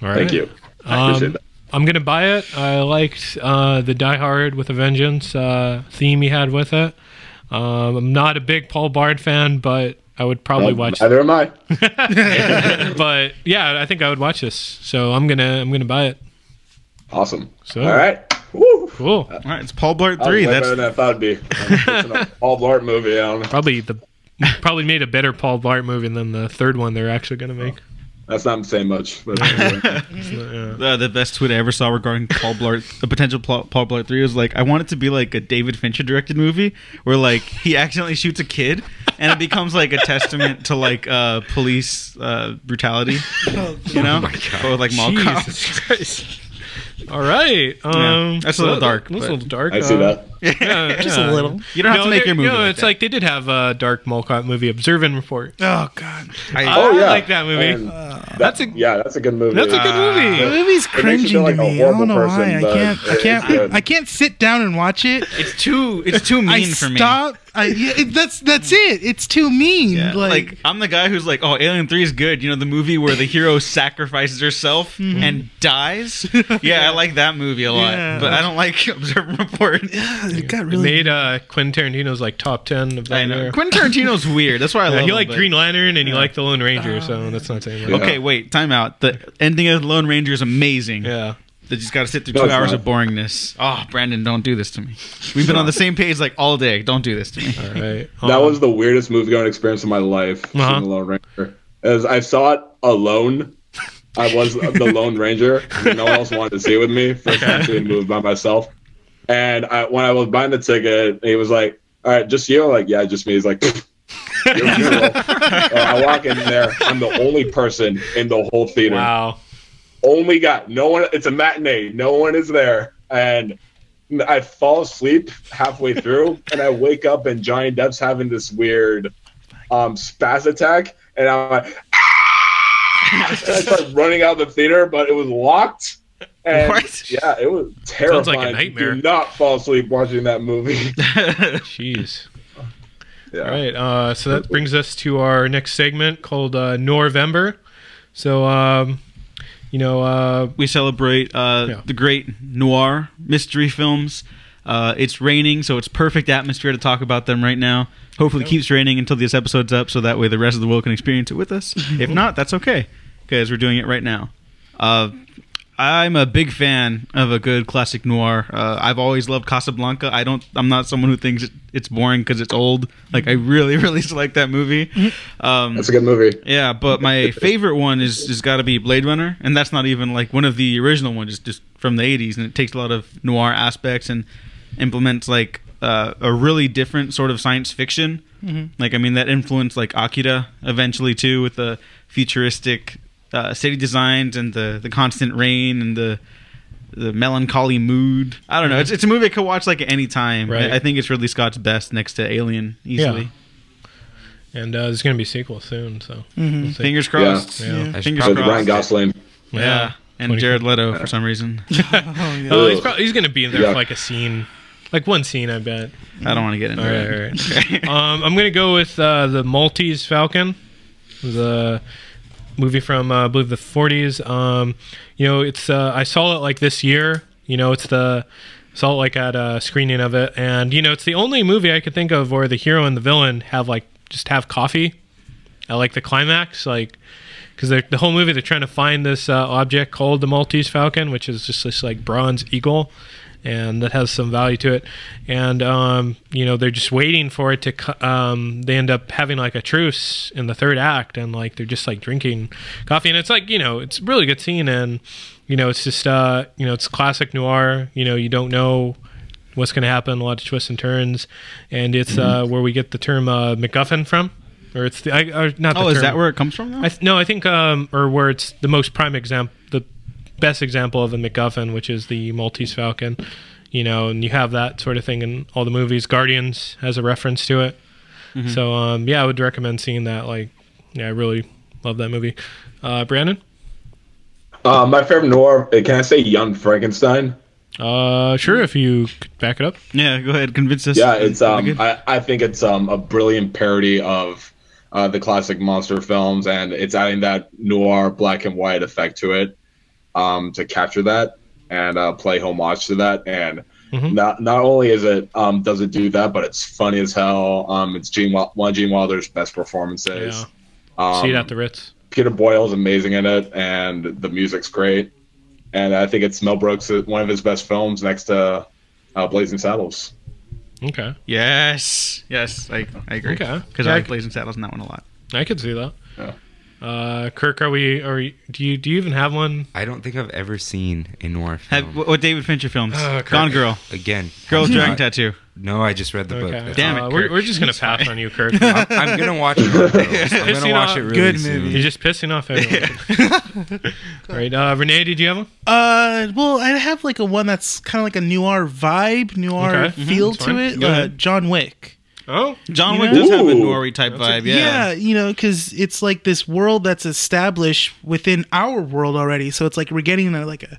S2: All right.
S5: Thank you. I
S2: Um,
S5: appreciate that.
S2: I'm gonna buy it. I liked uh, the Die Hard with a Vengeance uh, theme he had with it. Um, I'm not a big Paul Bard fan, but I would probably
S5: Um,
S2: watch.
S5: Neither am I.
S2: but yeah, I think I would watch this. So I'm gonna I'm gonna buy it.
S5: Awesome.
S2: So
S5: All right. Woo.
S2: cool.
S1: All right, it's Paul Blart three.
S5: That was way
S1: That's
S5: better than I thought it'd be. It's an all Blart movie. I don't know.
S2: Probably the probably made a better Paul Bart movie than the third one they're actually gonna make.
S5: That's not saying much. But anyway.
S1: uh, the best tweet I ever saw regarding Paul Blart, the potential Paul, Paul Blart three was like, I want it to be like a David Fincher directed movie where like he accidentally shoots a kid, and it becomes like a testament to like uh, police uh, brutality, you know, or like mall cops.
S2: Oh Jesus Christ. All right. Um,
S1: that's a little
S2: that-
S1: dark,
S2: That's a
S1: but-
S2: little dark.
S5: I see
S2: uh,
S5: that.
S2: yeah,
S4: Just a
S2: yeah.
S4: little.
S1: You don't have to make
S2: they're-
S1: your movie.
S2: No,
S1: like
S2: it's
S1: that.
S2: like they did have a dark Molcott movie, Observe and Report.
S4: Oh God,
S1: I-
S5: Oh yeah.
S2: I like that movie.
S5: And that-
S2: that's a-
S5: yeah. That's a good movie. Uh,
S2: That's a good movie.
S4: the movie's
S5: It makes you
S4: cringing
S5: feel like
S4: to
S5: a
S4: me. I
S5: horrible
S4: don't know
S5: person,
S4: why. I
S5: but
S4: can't. I
S5: it- it's
S4: can't.
S5: good.
S4: I can't sit down and watch it.
S1: it's too it's too mean
S4: I
S1: for me.
S4: stop. I, yeah, it, that's that's it. It's too mean.
S1: Yeah, like,
S4: like
S1: I'm the guy who's like, oh, Alien Three is good. You know, the movie where the hero sacrifices herself
S2: Mm-hmm.
S1: and dies. Yeah, I like that movie a lot,
S4: Yeah.
S1: but I don't like Observe and Report.
S4: it got
S2: It
S4: really
S2: made uh, Quentin Tarantino's like top ten of that
S1: I know.
S2: year.
S1: Quentin Tarantino's weird. That's why I
S2: Yeah,
S1: love.
S2: he
S1: him,
S2: liked
S1: but-
S2: Green Lantern and he liked The Lone Ranger,
S4: Oh.
S2: so that's not saying much.
S5: Yeah.
S1: Okay, wait, time out. The ending of Lone Ranger is amazing.
S2: Yeah.
S1: They just got to sit through
S5: No,
S1: two
S5: it's
S1: hours
S5: not.
S1: of boringness. Oh, Brandon, don't do this to me. We've been on the same page like all day. Don't do this to me.
S2: All right.
S5: That
S2: Um,
S5: was the weirdest movie going experience of my life. seeing
S2: Uh-huh.
S5: The Lone Ranger. As I saw it alone. I was the Lone Ranger. No one else wanted to see it with me. First time seeing the movie by myself. And I, when I was buying the ticket, he was like, "All right, just you." I'm like, "Yeah, just me." He's like, "Your funeral." and I walk in there. I'm the only person in the whole theater.
S2: wow.
S5: only got no one it's a matinee no one is there and i fall asleep halfway through and i wake up and johnny depp's having this weird um spaz attack and i'm like "Ah!" and i start running out of the theater but it was locked and
S1: What?
S5: yeah it was terrifying
S2: Sounds like a nightmare.
S5: do not fall asleep watching that movie
S2: Jeez.
S5: yeah.
S2: All right. Uh, so that brings us to our next segment called uh, Norvember. So, um, you know, uh,
S1: we celebrate uh,
S2: Yeah.
S1: the great noir mystery films. Uh, it's raining, so it's perfect atmosphere to talk about them right now. Hopefully, it keeps raining until this episode's up, so that way the rest of the world can experience it with us. if not, that's okay, because we're doing it right now. Uh, I'm a big fan of a good classic noir. Uh, I've always loved Casablanca. I don't. I'm not someone who thinks it, it's boring because it's old. Like I really, really like that movie. Um,
S5: that's a good movie
S1: yeah, but my favorite one is has got to be Blade Runner, and that's not even like one of the original ones, just just from the '80s, and it takes a lot of noir aspects and implements like uh, a really different sort of science fiction. Like, I mean, that influenced like Akira eventually too, with the futuristic uh, city designs and the the constant rain and the the melancholy mood. I don't know. It's, it's a movie I could watch like at any time.
S2: Right.
S1: I, I think it's Ridley Scott's best next to Alien easily.
S2: and uh, there's going to be a sequel soon. So, we'll see.
S1: Fingers crossed.
S2: Mm-hmm. Yeah.
S3: I should
S1: Mm-hmm. Fingers
S5: with
S1: crossed.
S5: ryan gosling
S1: Yeah.
S2: Yeah.
S1: And Jared Leto for some reason.
S2: Oh, he's, probably, he's going to be in there
S5: Yeah.
S2: for like a scene, like one scene, I bet.
S1: I don't want to get into
S2: All right,
S1: it.
S2: all right. um, I'm gonna go with uh, the Maltese Falcon, the movie from uh, I believe the 40s. Um, you know, it's uh, I saw it like this year. You know, it's the saw it like at a screening of it, and you know, it's the only movie I could think of where the hero and the villain have like just have coffee at like the climax, like. because the whole movie they're trying to find this uh, object called the Maltese Falcon, which is just this like bronze eagle, and that has some value to it. And um, you know they're just waiting for it to. co- Um, they end up having like a truce in the third act, and like they're just like drinking coffee, and it's like you know it's a really good scene, and you know it's just uh, you know it's classic noir. You know you don't know what's going to happen, a lot of twists and turns, and it's uh, where we get the term uh, MacGuffin from, or it's the I, or not. The
S1: Oh, is
S2: term.
S1: that where it comes from? Now?
S2: I th- no, I think um, or where it's the most prime example, the best example of a MacGuffin, which is the Maltese Falcon. You know, and you have that sort of thing in all the movies. Guardians has a reference to it.
S1: Mm-hmm.
S2: So um, yeah, I would recommend seeing that. Like, yeah, I really love that movie. Uh, Brandon,
S5: Uh, my favorite noir. uh, Can I say Young Frankenstein?
S2: uh, sure, if you could back it up.
S1: yeah, go ahead, convince us.
S5: Yeah, it's um,
S1: Good.
S5: I, I think it's um a brilliant parody of uh, the classic monster films, and it's adding that noir black and white effect to it, um, to capture that and uh, play homage to that. And
S2: Mhm.
S5: not not only is it um does it do that, but it's funny as hell. Um, it's Gene Wil- one of Gene Wilder's best performances.
S2: Yeah,
S5: Um,
S2: see it at the Ritz.
S5: Peter Boyle's amazing in it, and the music's great. And I think it's Mel Brooks, one of his best films, next to uh, Blazing Saddles.
S2: Okay,
S1: yes, yes, I, I agree.
S2: Okay.
S1: because
S2: Yeah,
S1: I
S2: I
S1: like
S2: c-
S1: Blazing Saddles and that one a lot.
S2: I could see that.
S5: Yeah.
S2: Uh, Kirk, are we? Are you, do you do you even have one?
S3: I don't think I've ever seen a noir film.
S1: Have wh- what David Fincher films?
S2: Oh, Kirk.
S1: Gone Girl,
S3: Again,
S1: Girl with
S3: I'm
S1: Dragon
S3: not-
S1: Tattoo.
S3: No, I just read the book.
S2: Okay,
S3: That's
S1: Damn
S2: Uh,
S1: it,
S2: we're,
S1: Kirk.
S2: we're just gonna
S1: He's
S2: pass on you, Kirk.
S3: all. I'm, I'm gonna watch it. Girl. I'm
S2: Pissing
S3: gonna watch
S2: off.
S3: it really
S4: Good
S3: soon.
S4: movie.
S2: You're just pissing off everyone. All right, uh, Renee, did you have one?
S4: Uh, well, I have like a one that's kind of like a noir vibe, noir
S2: Okay. Mhm,
S4: feel
S2: that's
S4: to
S2: fine.
S4: it.
S1: Mm-hmm. Go
S4: Uh,
S1: ahead.
S4: John Wick.
S2: Oh,
S1: John
S4: You
S1: Wick
S4: know-
S1: does have a
S5: Ooh.
S1: Nori type vibe. Yeah.
S4: you know, because it's like this world that's established within our world already. So it's like we're getting a, like a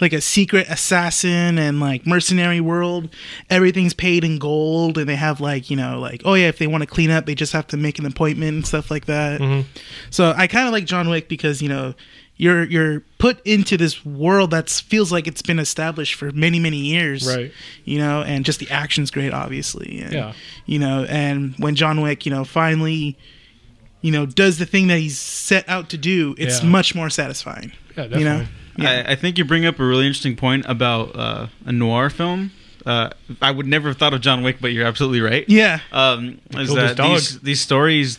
S4: like a secret assassin and like mercenary world. Everything's paid in gold, and they have like you know like oh yeah, if they want to clean up, they just have to make an appointment and stuff like
S2: Mm-hmm.
S4: that.
S1: Mm-hmm.
S4: So I kind of like John Wick because you know you're you're put into this world that feels like it's been established for many many years
S2: Right.
S4: you know, and just the action's great, obviously. And,
S2: Yeah.
S4: You know, and when John Wick, you know, finally, you know, does the thing that he's set out to do, it's
S2: Yeah.
S4: much more satisfying.
S2: Yeah,
S4: You know,
S2: definitely.
S4: yeah,
S1: I, I think you bring up a really interesting point about uh, a noir film. Uh, I would never have thought of John Wick, but you're absolutely right.
S4: yeah,
S1: um,
S2: Killed
S1: is
S2: his
S1: that
S2: dog.
S1: these, these stories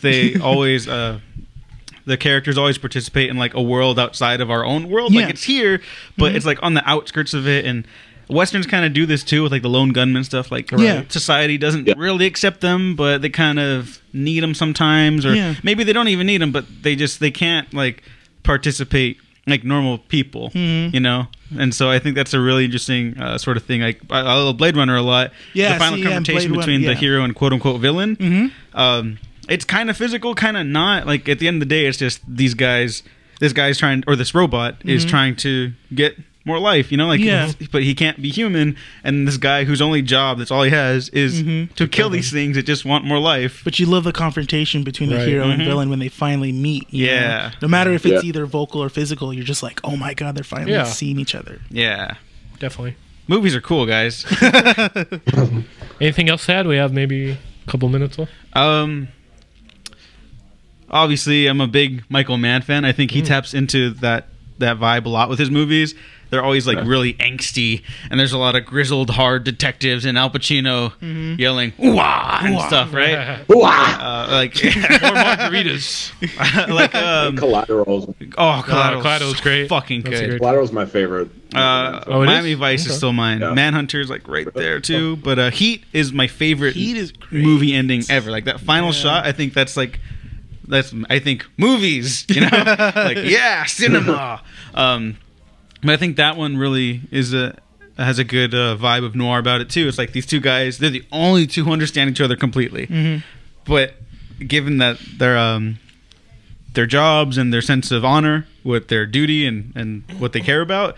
S1: they always uh, the characters always participate in like a world outside of our own world
S4: Yeah. Mm-hmm.
S1: like it's here but it's like on the outskirts of it and westerns kind of do this too with like the lone gunman stuff like
S4: Yeah.
S1: society doesn't really accept them but they kind of need them sometimes or
S4: Yeah.
S1: maybe they don't even need them but they just they can't like participate like normal people
S4: Mm-hmm.
S1: you know and so i think that's a really interesting uh, sort of thing like i, I love blade runner a lot
S4: Yeah,
S1: the final
S4: see, yeah,
S1: confrontation
S4: Blade Runner,
S1: between the
S4: yeah. Mm-hmm.
S1: hero and quote unquote villain. Um, it's kind of physical, kind of not. Like at the end of the day, it's just these guys. This guy's trying, or this robot is trying to get more life. You know, like,
S4: Mm-hmm. Yeah.
S1: but he can't be human. And this guy, whose only job, that's all he has, is to kill these things that just want more life.
S4: Mm-hmm. but you love the confrontation between the
S2: Right.
S4: hero
S1: Mm-hmm.
S4: and villain when they finally meet. you know?
S1: Yeah.
S4: no matter if it's
S5: Yeah.
S4: either vocal or physical, you're just like, oh my god, they're finally
S2: Yeah.
S4: seeing each other.
S1: Yeah,
S2: definitely.
S1: movies are cool, guys.
S2: Anything else to add? We have maybe a couple minutes left.
S1: Um, obviously, I'm a big Michael Mann fan. I
S2: Mm.
S1: think he taps into that that vibe a lot with his movies. They're always like really angsty, and there's a lot of grizzled, hard detectives and Al Pacino
S2: Mm-hmm.
S1: yelling "Ooh ah," and stuff, right?
S5: Wah!
S1: Uh, like,
S2: More margaritas.
S1: like um,
S5: Collateral's
S1: oh, Collateral's,
S2: Collateral's great.
S1: fucking
S2: That's a
S1: good.
S2: great-
S5: Collateral's my favorite.
S1: Uh,
S2: Oh, it
S1: Miami
S2: is?
S1: Vice
S2: Okay.
S1: is still mine.
S5: Yeah.
S1: Manhunter's like right there too, but uh, Heat is my favorite
S4: Heat is great.
S1: movie ending ever. Like that final shot, I think that's like that's I think movies, you know, like yeah, cinema. Um, but I think that one really is a has a good uh, vibe of noir about it too. It's like these two guys; they're the only two who understand each other completely. But given that their um, their jobs and their sense of honor, with their duty and and what they care about,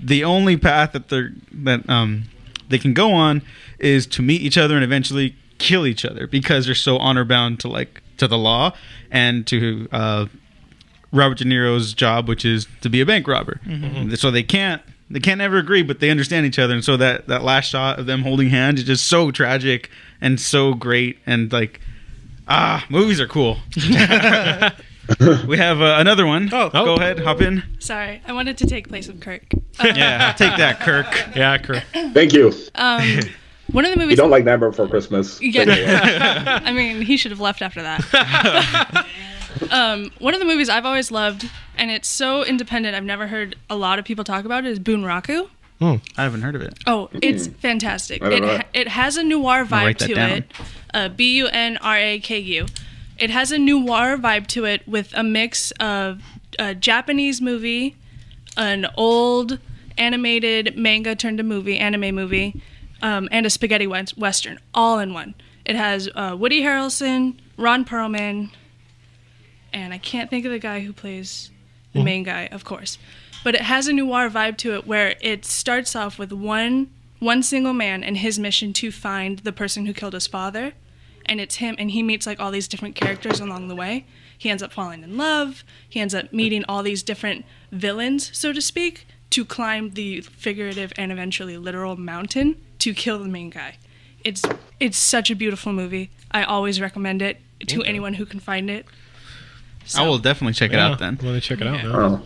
S1: the only path that they're that um they can go on is to meet each other and eventually kill each other because they're so honor bound to like to the law and to uh, Robert De Niro's job, which is to be a bank robber. So they can't they can't ever agree, but they understand each other. And so that that last shot of them holding hands is just so tragic and so great and like ah movies are cool. We have uh, another one. Oh, go
S2: Oh.
S1: ahead, hop in.
S11: Sorry, I wanted to take place of Kirk.
S1: Yeah, take that, Kirk.
S2: Yeah, Kirk.
S5: Thank you.
S11: Um, one of the
S5: You
S11: movies.
S5: don't like Nightmare Before Christmas.
S11: Yeah.
S5: Take it away.
S11: I mean, he should have left after that. um, one of the movies I've always loved, and it's so independent. I've never heard a lot of people talk about it. Is Boonraku.
S1: I haven't heard of it.
S11: Oh, it's fantastic.
S5: I don't
S11: It,
S5: know
S11: ha-
S5: that.
S11: it has a noir
S1: gonna
S11: vibe
S1: write that
S11: to
S1: down.
S11: it. Uh, B U N R A K U. It has a noir vibe to it with a mix of a Japanese movie, an old animated manga turned to movie, anime movie, um, and a spaghetti wes- western all in one. It has uh, Woody Harrelson, Ron Perlman, and I can't think of the guy who plays the main guy, of course. But it has a noir vibe to it where it starts off with one one single man and his mission to find the person who killed his father. And it's him and he meets like all these different characters along the way. He ends up falling in love. He ends up meeting all these different villains, so to speak, to climb the figurative and eventually literal mountain to kill the main guy. It's it's such a beautiful movie. I always recommend it to anyone who can find it.
S1: I will definitely check it out then.
S2: Let me check it out. now.
S5: Oh.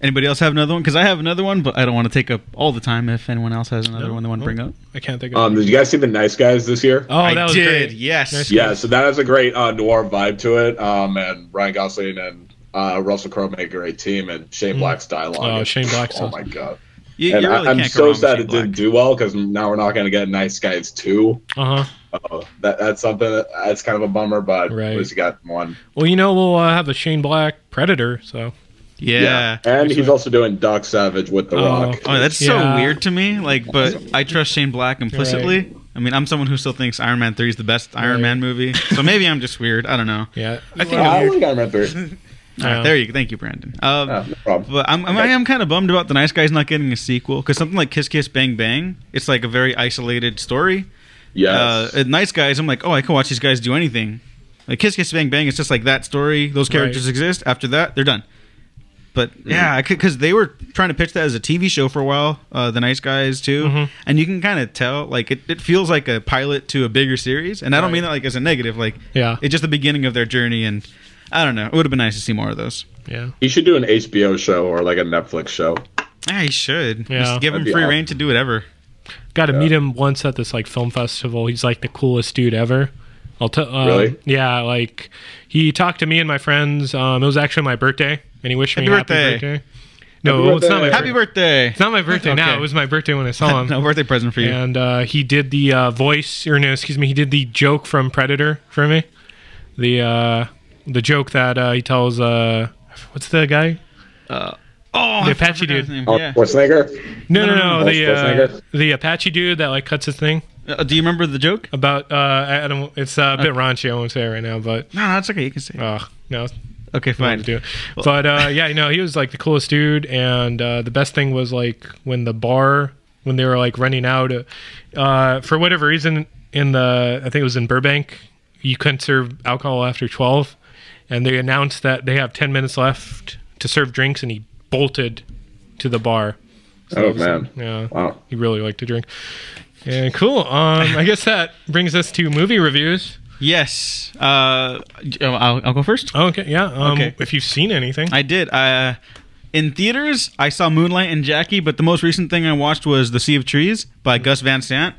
S1: Anybody else have another one? Because I have another one, but I don't want to take up all the time. If anyone else has another one they want to bring up,
S2: I can't think of.
S5: Um, did you guys see the Nice Guys this year?
S2: oh, that
S1: I
S2: was
S1: did.
S2: great.
S1: Yes.
S2: Nice.
S5: Yeah, so that has a great uh, noir vibe to it. Um, and Ryan Gosling and uh, Russell Crowe make a great team, and Shane Black's dialogue.
S2: Oh,
S5: is-
S2: Shane Black's
S5: Oh
S2: awesome.
S5: my god!
S1: Mm. You, you
S5: and
S1: really
S5: I, am
S1: can't go
S5: so
S1: wrong with
S5: sad
S1: Shane
S5: it
S1: Black.
S5: didn't do well because now we're not going to get Nice Guys two.
S2: Uh huh.
S5: Uh, that that's something that- that's kind of a bummer, but
S2: Right.
S5: at least you got one.
S2: Well, you know we'll uh, have a Shane Black Predator, so
S1: Yeah.
S5: and he's also doing Doc Savage with The
S2: Oh.
S5: Rock.
S1: Oh, that's
S2: Yeah.
S1: so weird to me. Like, but I trust Shane Black implicitly. I mean, I'm someone who still thinks Iron Man 3 is the best Iron
S2: Right.
S1: Man movie. So maybe I'm just weird. I don't know.
S2: yeah.
S1: I think
S5: Yeah, I like Iron Man three.
S1: All right,
S2: Yeah.
S1: there you go. Thank you, Brandon. Um,
S5: Yeah, no problem.
S1: But I'm, I'm, I am kind of bummed about the nice guys not getting a sequel because something like Kiss Kiss Bang Bang, it's like a very isolated story. Uh,
S5: Yes.
S1: at nice guys, I'm like, oh, I can watch these guys do anything. Like Kiss Kiss Bang Bang, it's just like that story. Those characters
S2: Right.
S1: exist. After that, they're done. But
S5: Mm-hmm.
S1: yeah, because they were trying to pitch that as a TV show for a while, uh, the Nice Guys too,
S2: Mm-hmm.
S1: and you can kind of tell like it, it feels like a pilot to a bigger series, and I don't mean that like as a negative, like
S2: Yeah.
S1: it's just the beginning of their journey, and I don't know, it would have been nice to see more of those.
S2: yeah.
S5: you should do an HBO show or like a Netflix show.
S1: Yeah, he should.
S2: Yeah.
S1: Just give him
S5: That'd be
S1: free
S5: awesome.
S1: reign to do whatever.
S2: Got to meet him once at this like film festival. He's like the coolest dude ever. I'll tell. Um,
S5: Really?
S2: Yeah, like he talked to me and my friends. Um, it was actually my birthday, and he wished
S1: Happy
S2: me happy
S1: birthday.
S2: birthday. No, well, it's not my
S1: Happy birthday!
S2: It's not my birthday now.
S1: Okay.
S2: It was my birthday when I saw him.
S1: No birthday present for you.
S2: And uh, he did the uh, voice, or no, excuse me, he did the joke from Predator for me. The uh, the joke that uh, he tells, uh, what's the guy?
S1: Oh,
S2: The
S1: I
S2: Apache
S1: forgot his
S2: dude.
S1: name.
S5: Oh,
S1: Yeah.
S5: Schwarzenegger.
S2: No, no, no,
S5: no.
S2: the
S5: Schwarzenegger?
S2: uh, the Apache dude that like cuts his thing
S1: Uh, do you remember the joke?
S2: about. Uh, I I don't. It's uh, a bit raunchy. I won't say it right now, but
S1: No, that's okay. You can say. it.
S2: uh, no,
S1: okay,
S2: fine
S1: fine.
S2: to do it. But uh, yeah, you know, he was like the coolest dude, and uh, the best thing was like when the bar when they were like running out uh, uh, for whatever reason in the I think it was in Burbank, you couldn't serve alcohol after twelve, and they announced that they have ten minutes left to serve drinks, and he bolted to the bar.
S5: Oh man.
S2: Yeah,
S5: Wow.
S2: he really liked to drink. And cool. Um, I guess that brings us to movie reviews.
S1: Yes. Uh, I'll, I'll go first.
S2: Oh, okay, yeah. Um,
S1: Okay.
S2: If you've seen anything,
S1: I did. Uh, in theaters, I saw Moonlight and Jackie, but the most recent thing I watched was The Sea of Trees by Gus Van Sant.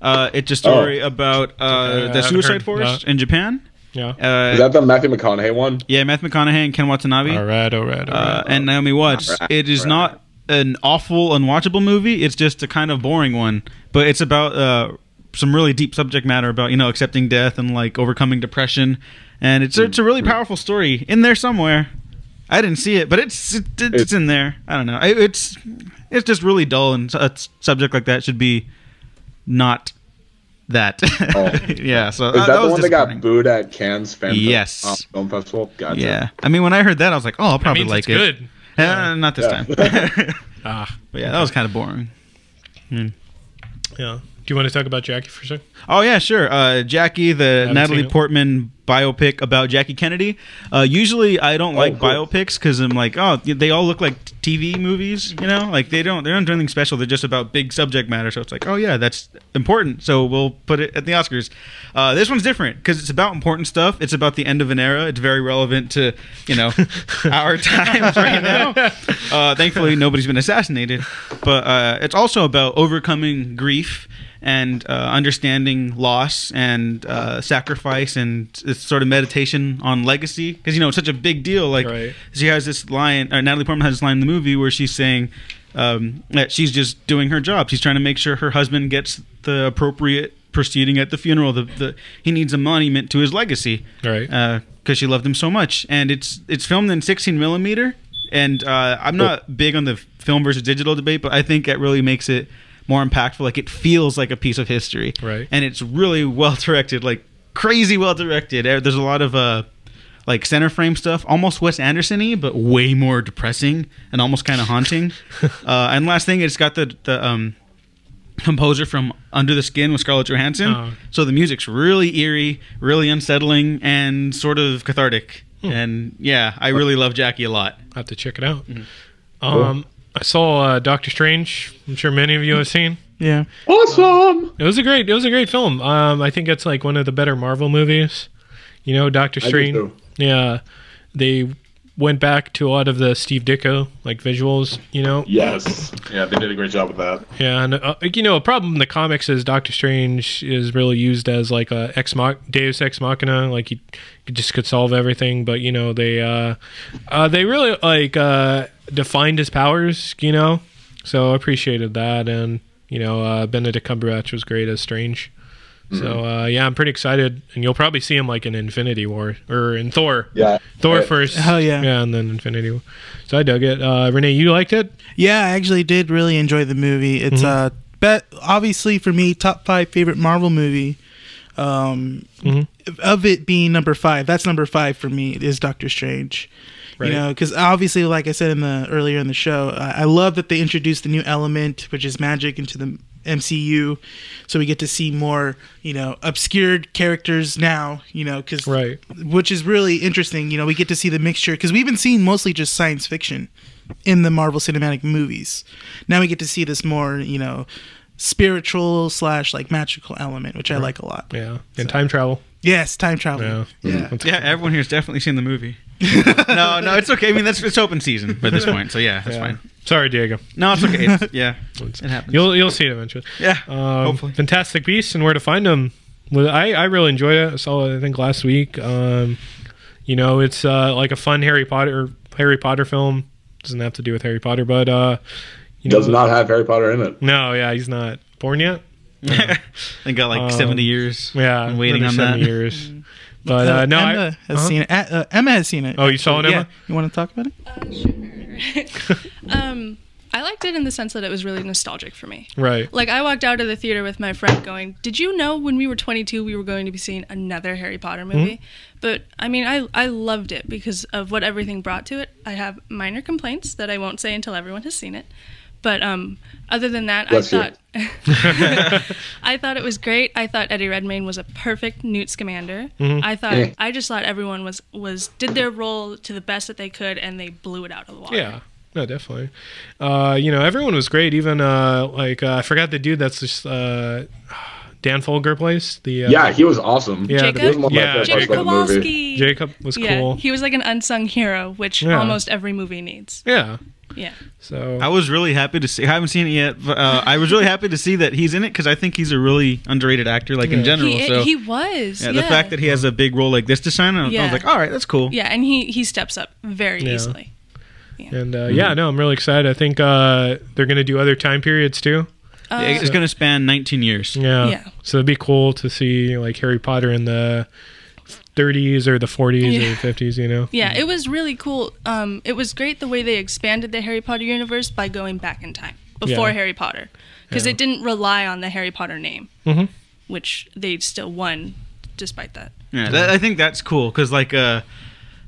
S1: Uh, it's a story about
S2: Okay, I
S1: uh, the
S2: haven't
S1: suicide
S2: heard
S1: forest
S2: that.
S1: in Japan.
S2: yeah.
S5: Is
S1: Uh,
S5: that the Matthew McConaughey one?
S1: yeah, Matthew McConaughey and Ken Watanabe.
S2: all right, all right, all right.
S1: uh, and Naomi Watts. It is not an awful, unwatchable movie. It's just a kind of boring one. But it's about uh, some really deep subject matter about you know accepting death and like overcoming depression. And it's it's a really powerful story in there somewhere. I didn't see it, but it's it, it's, in there. I don't know. I it's it's just really dull, and a subject like that should be not that.
S5: Oh.
S1: yeah. So uh,
S5: Is that, the
S1: was
S5: one that
S1: disappointing.
S5: got booed at Cannes Fan
S1: Yes.
S5: uh, Film Festival? Gotcha.
S1: Yeah. I mean, when I heard that, I was like, oh, I'll probably
S2: means it's
S1: like it.
S2: good.
S1: Uh, not this
S5: Yeah.
S1: time.
S2: Ah,
S1: But yeah, that was kind of boring.
S2: yeah. Do you want to talk about Jackie for a sec?
S1: Oh yeah, sure. Uh, Jackie, the
S2: Haven't
S1: Natalie
S2: seen it.
S1: Portman biopic about Jackie Kennedy. Uh, usually, I
S2: Oh,
S1: don't like
S5: cool.
S1: biopics because I'm like, oh, they all look like TV movies, you know? Like they don't they don't do anything special. They're just about big subject matter. So it's like, oh yeah, that's important. So we'll put it at the Oscars. Uh, this one's different because it's about important stuff. It's about the end of an era. It's very relevant to you know our times right now. Uh, thankfully, nobody's been assassinated, but uh, it's also about overcoming grief and uh, understanding loss and uh, sacrifice and it's sort of meditation on legacy because you know it's such a big deal like
S2: Right.
S1: she has this line or natalie portman has this line in the movie where she's saying um, that she's just doing her job she's trying to make sure her husband gets the appropriate proceeding at the funeral the, the he needs a monument to his legacy
S2: Right.
S1: because she loved him so much and it's it's filmed in 16 millimeter and uh, i'm not big on the film versus digital debate but i think it really makes it more impactful like it feels like a piece of history
S2: Right.
S1: and it's really well directed like crazy well directed Eh, there's a lot of uh like center frame stuff, almost Wes Anderson-y, but way more depressing and almost kind of haunting. uh, and last thing, it's got the the um, composer from Under the Skin with Scarlett Johansson.
S2: Oh.
S1: So the music's really eerie, really unsettling, and sort of cathartic.
S2: Hmm.
S1: And yeah, I really love Jackie a lot. Mm-hmm.
S2: I'll have to check it out. Um, I saw uh, Doctor Strange. I'm sure many of you have seen.
S1: Yeah.
S5: Awesome.
S2: It was a great. It was a great film. Um, I think it's like one of the better Marvel movies. You know, Doctor
S5: do
S2: Strange.
S5: too.
S2: Yeah, they went back to a lot of the Steve Ditko like visuals. You know,
S5: Yes. Yeah, they did a great job with that.
S2: yeah, and uh, you know, a problem in the comics is Doctor Strange is really used as like a ex mach- Deus ex machina, like he he just could solve everything. But you know, they uh, uh, they really like uh, defined his powers. You know, so I appreciated that, and you know, uh, Benedict Cumberbatch was great as Strange.
S5: Mm-hmm.
S2: So uh, yeah, I'm pretty excited, and you'll probably see him like in Infinity War or in Thor.
S5: Yeah.
S2: Thor
S5: Uh,
S2: first.
S4: Oh, yeah.
S2: yeah, and then Infinity War. So I dug it. Uh, Renee, you liked it?
S4: Yeah, I actually did really enjoy the movie.
S2: Mm-hmm.
S4: It's uh, bet obviously for me top five favorite Marvel movie. Um,
S2: Mm-hmm.
S4: of it being number five, that's number five for me is Doctor Strange.
S2: Right.
S4: You know, because obviously, like I said in the earlier in the show, I, I love that they introduced the new element, which is magic, into the MCU. So we get to see more, you know, obscured characters now. You know, because
S2: Right.
S4: which is really interesting. You know, we get to see the mixture because we've been seeing mostly just science fiction in the Marvel Cinematic movies. Now we get to see this more, you know, spiritual slash like magical element, which I like a lot.
S2: Yeah, and time travel.
S4: Yes, time travel.
S2: Yeah. Mm-hmm.
S1: Yeah, everyone here's definitely seen the movie. no, no, it's okay. I mean, that's it's open season by this point, so yeah, that's fine.
S2: Sorry, Diego.
S1: No, it's okay. It's, yeah, it happens.
S2: You'll you'll see it eventually.
S1: yeah,
S2: Um,
S1: hopefully.
S2: Fantastic Beasts and where to find them. Well, I I really enjoyed it. I saw it I think last week. Um, you know, it's uh, like a fun Harry Potter Harry Potter film. Doesn't have to do with Harry Potter, but uh, you know,
S5: Does not have Harry Potter in it.
S2: No, yeah, he's not born yet.
S1: they got
S2: Um,
S1: like 70 years.
S2: Yeah,
S1: I'm waiting
S2: another
S1: on that.
S2: seven years. But uh, no, I-
S4: Emma has
S2: uh-huh.
S4: seen it. Uh, uh, Emma has seen it.
S2: Oh, you saw it,
S4: Yeah.
S2: Emma?
S4: You want to talk about it?
S11: um, I liked it in the sense that it was really nostalgic for me.
S2: right.
S11: Like I walked out of the theater with my friend going, "Did you know when we were 22 we were going to be seeing another Harry
S2: Hmm?
S11: Potter movie?" But I mean, I I loved it because of what everything brought to it. I have minor complaints that I won't say until everyone has seen it. But um other than that,
S5: Bless you.
S11: I thought I thought it was great. I thought Eddie Redmayne was a perfect Newt Scamander.
S2: Mm-hmm.
S11: I thought
S5: Yeah.
S11: I just thought everyone was was did their role to the best that they could and they blew it out of the water.
S2: Yeah. No, definitely. Uh, you know, everyone was great. Even uh, like uh, I forgot the dude that's just uh, Dan Folger plays the uh,
S5: Yeah, he was awesome.
S2: Yeah,
S11: Jacob?
S5: He was one of my
S2: Yeah,
S5: favorite
S11: Jake
S5: parts of that movie.
S11: Kowalski.
S2: Jacob was
S11: Yeah,
S2: cool.
S11: he was like an unsung hero, which
S2: Yeah.
S11: almost every movie needs.
S2: yeah.
S11: Yeah.
S2: So
S1: I was really happy to see. I haven't seen it yet, but uh, I was really happy to see that he's in it because I think he's a really underrated actor, like in general.
S11: He,
S1: so
S11: he was.
S1: yeah,
S11: Yeah,
S1: the fact that he has a big role like this to sign, I, was- I
S11: Yeah.
S1: was like, all right, that's cool.
S11: Yeah, and he he steps up very
S2: Yeah.
S11: easily.
S2: and uh, yeah, no, I'm really excited. I think uh, they're gonna do other time periods too.
S11: Uh,
S1: It's going to span 19 years.
S2: Yeah.
S11: Yeah.
S2: So it'd be cool to see like Harry Potter in the 30s or the 40s
S11: Yeah.
S2: or 50s. You know.
S11: yeah, it was really cool. Um, it was great the way they expanded the Harry Potter universe by going back in time before
S2: Yeah.
S11: Harry Potter, because
S2: Yeah.
S11: it didn't rely on the Harry Potter name,
S2: Mhm.
S11: which they still won despite that.
S1: Yeah, that, I think that's cool because like uh,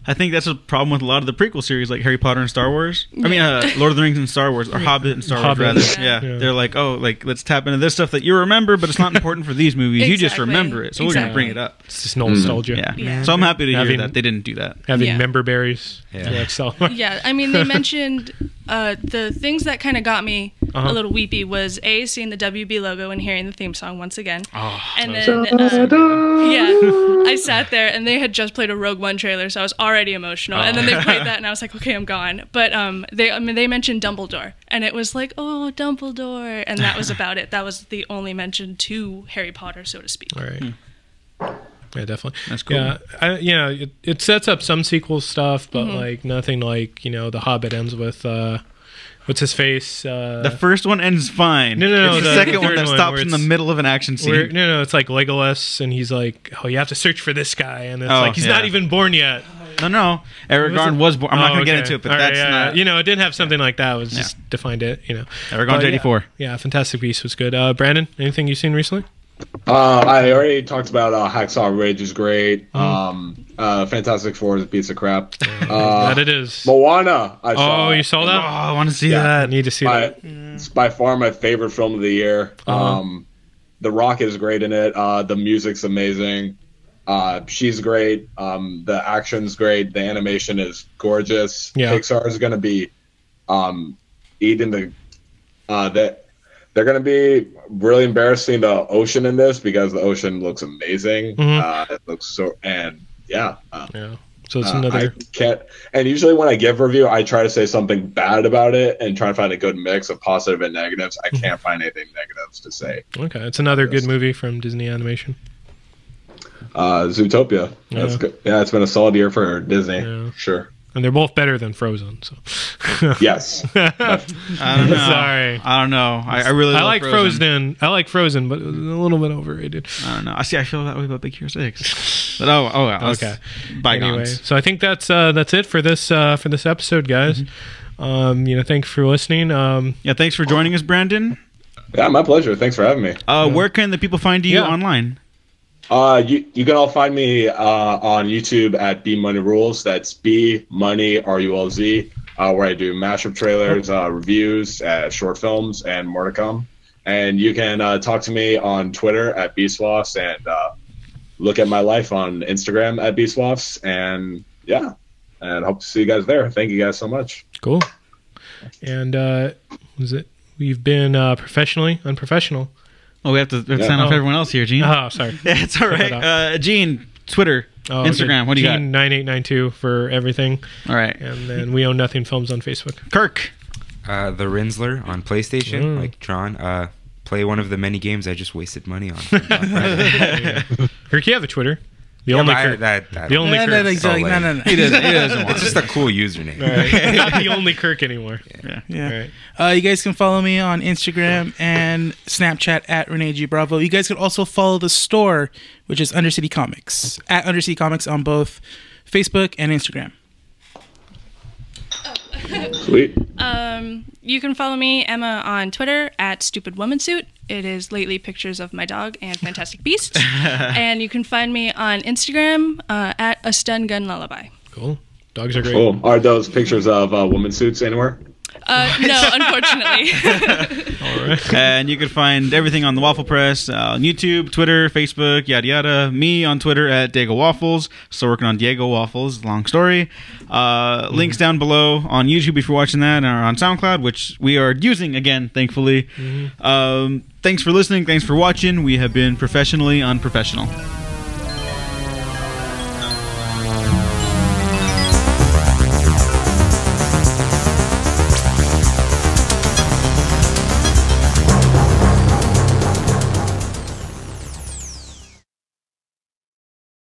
S1: I think that's a problem with a lot of the prequel series, like Harry Potter and Star Wars. I mean, uh, Lord of the Rings and Star Wars, or Hobbit and Star
S2: Hobbit.
S1: Wars, rather.
S11: Yeah.
S1: Yeah.
S2: Yeah.
S1: they're like, oh, like let's tap into this stuff that you remember, but it's not important for these movies. You just
S11: Exactly.
S1: remember it, so we're gonna bring it up. Mm.
S2: It's just nostalgia.
S1: Mm-hmm. Yeah.
S11: Yeah.
S1: So I'm happy to hear
S2: Having-
S1: that they didn't do that.
S2: Having
S11: Yeah.
S2: member berries.
S3: Yeah.
S2: To like celebrate.
S11: Yeah, I mean, they mentioned uh, the things that kind of got me a little weepy was a seeing the WB logo and hearing the theme song once again,
S4: Ah,
S2: Ah.
S11: and then uh, yeah, I sat there and they had just played a Rogue One trailer, so I was already emotional, and then they played that and I was like, okay, I'm gone. But um, they I mean they mentioned Dumbledore, and it was like, oh, Dumbledore, and that was about it. That was the only mention to Harry Potter, so to speak.
S2: All
S1: Hmm.
S2: right. Yeah, definitely.
S1: That's cool.
S2: Yeah, I, you know, it, it sets up some sequel stuff, but like nothing like you know, The Hobbit ends with uh, what's his face? Uh,
S1: The first one ends fine.
S2: No, no, no,
S1: It's the,
S2: the-
S1: second
S2: the
S1: one
S2: third
S1: that
S2: one
S1: stops
S2: where
S1: in the
S2: it's-
S1: middle of an action scene.
S2: where, no, no, it's like Legolas, and he's like, "Oh, you have to search for this guy," and it's
S1: Oh,
S2: like he's
S1: yeah.
S2: not even born yet.
S1: No, no. Aragorn was born. I'm not
S2: Oh,
S1: going to get
S2: okay.
S1: into it, but
S2: All right,
S1: that's
S2: yeah,
S1: not.
S2: yeah. You know, it didn't have something like that. It was
S1: Yeah.
S2: just defined it. You know,
S1: Aragorn
S2: But, yeah.
S1: 84.
S2: Yeah, Fantastic Beast was good. Uh, Brandon, anything you've seen recently?
S5: Uh, I already talked about uh, Hacksaw Ridge is great. Um, uh, Fantastic Four is a piece of crap. Uh,
S2: that it is.
S5: Moana. I saw.
S2: Oh, you saw
S1: Oh,
S2: that?
S1: I want to see
S2: I Uh-huh.
S1: that. Mm.
S2: need to see
S5: By,
S2: that.
S5: it's by far my favorite film of the year. Um, the Rock is great in it. Uh, the music's amazing. Uh, she's great. Um, the action's great. The animation is gorgeous.
S2: Yeah.
S5: Pixar is going to be um, eating the uh, that they're going to be really embarrassing the ocean in this because the ocean looks amazing.
S2: Mm-hmm.
S5: Uh, it looks so and yeah. Uh,
S2: Yeah. So it's
S5: uh, I
S2: another.
S5: can't. And usually when I give review, I try to say something bad about it and try to find a good mix of positive and negatives. I can't
S2: Mm-hmm.
S5: find anything negatives to say.
S2: okay, it's another good
S5: Yes.
S2: movie from Disney Animation.
S5: Uh, Zootopia. That's
S2: Yeah.
S5: good. Yeah, it's been a solid year for Disney.
S2: Yeah.
S5: Sure.
S2: and they're both better than Frozen. So
S5: Yes.
S1: I don't know.
S2: Sorry.
S1: I don't know. I, I really
S2: I
S1: love
S2: like
S1: Frozen.
S2: Frozen. I like Frozen, but it was a little bit overrated.
S1: I don't know. I see. I feel that way about Big Hero Six. But oh, oh, well,
S2: Okay.
S1: okay. Bygones.
S2: Anyway, so I think that's uh, that's it for this uh, for this episode, guys. Um, you know, thank you for listening. Um,
S1: Mm-hmm. Yeah. Thanks for joining us, Brandon.
S5: yeah, my pleasure. Thanks for having me.
S1: Uh, Where can the people find you
S2: Yeah.
S1: online?
S5: Uh, you you can all find me uh, on YouTube at B Money Rules. That's B Money R U L Z, uh, where I do mashup trailers, uh, reviews, uh, short films, and more to come. And you can uh, talk to me on Twitter at BSWAFs and uh, look at my life on Instagram at BSWAFs. And yeah, and hope to see you guys there. Thank you guys so much.
S2: cool. And uh, was it? We've been uh, professionally unprofessional.
S1: Oh, we have to, we have to
S5: Yeah.
S1: sign off
S2: Oh.
S1: everyone else here, Gene.
S2: Oh, sorry.
S1: Yeah, it's all right.
S2: up.
S1: Uh, Gene, Twitter,
S2: Oh,
S1: Instagram. What do you got?
S2: Nine eight nine two for everything,
S1: All right.
S2: and then we own nothing films on Facebook.
S1: Kirk.
S3: Uh, the Rinsler on PlayStation,
S2: Mm.
S3: like Tron. Uh, play one of the many games I just wasted money on. on Black Friday.
S2: Kirk, you have a Twitter. The
S3: Yeah,
S2: only
S3: but I-
S2: Kirk.
S3: that- that- Oh,
S2: the only
S4: No, no, no,
S2: Kirk.
S4: exactly. No, no, no.
S1: He doesn't. He doesn't want
S3: It's just a cool username.
S2: Not the only Kirk anymore.
S4: Yeah.
S2: All right.
S4: Uh, you guys can follow me on Instagram and Snapchat at Renee G. Bravo. You guys can also follow the store, which is Undercity Comics, at Undercity Comics on both Facebook and Instagram.
S5: Sweet.
S11: Um, you can follow me, Emma, on Twitter at Stupid Woman Suit. It is lately pictures of my dog and Fantastic Beasts. and you can find me on Instagram uh, at a stun gun lullaby.
S2: Cool. Dogs are great.
S5: Cool. Are those pictures of uh, women's suits anywhere?
S11: Uh, no, unfortunately.
S1: and you can find everything on the Waffle Press uh, on YouTube, Twitter, Facebook, yada yada. Me on Twitter at Diego Waffles. Still working on Diego Waffles. Long story. Uh, Links down below on YouTube if you're watching that, and on SoundCloud, which we are using again, thankfully. Um, thanks for listening. Thanks for watching. We have been professionally unprofessional.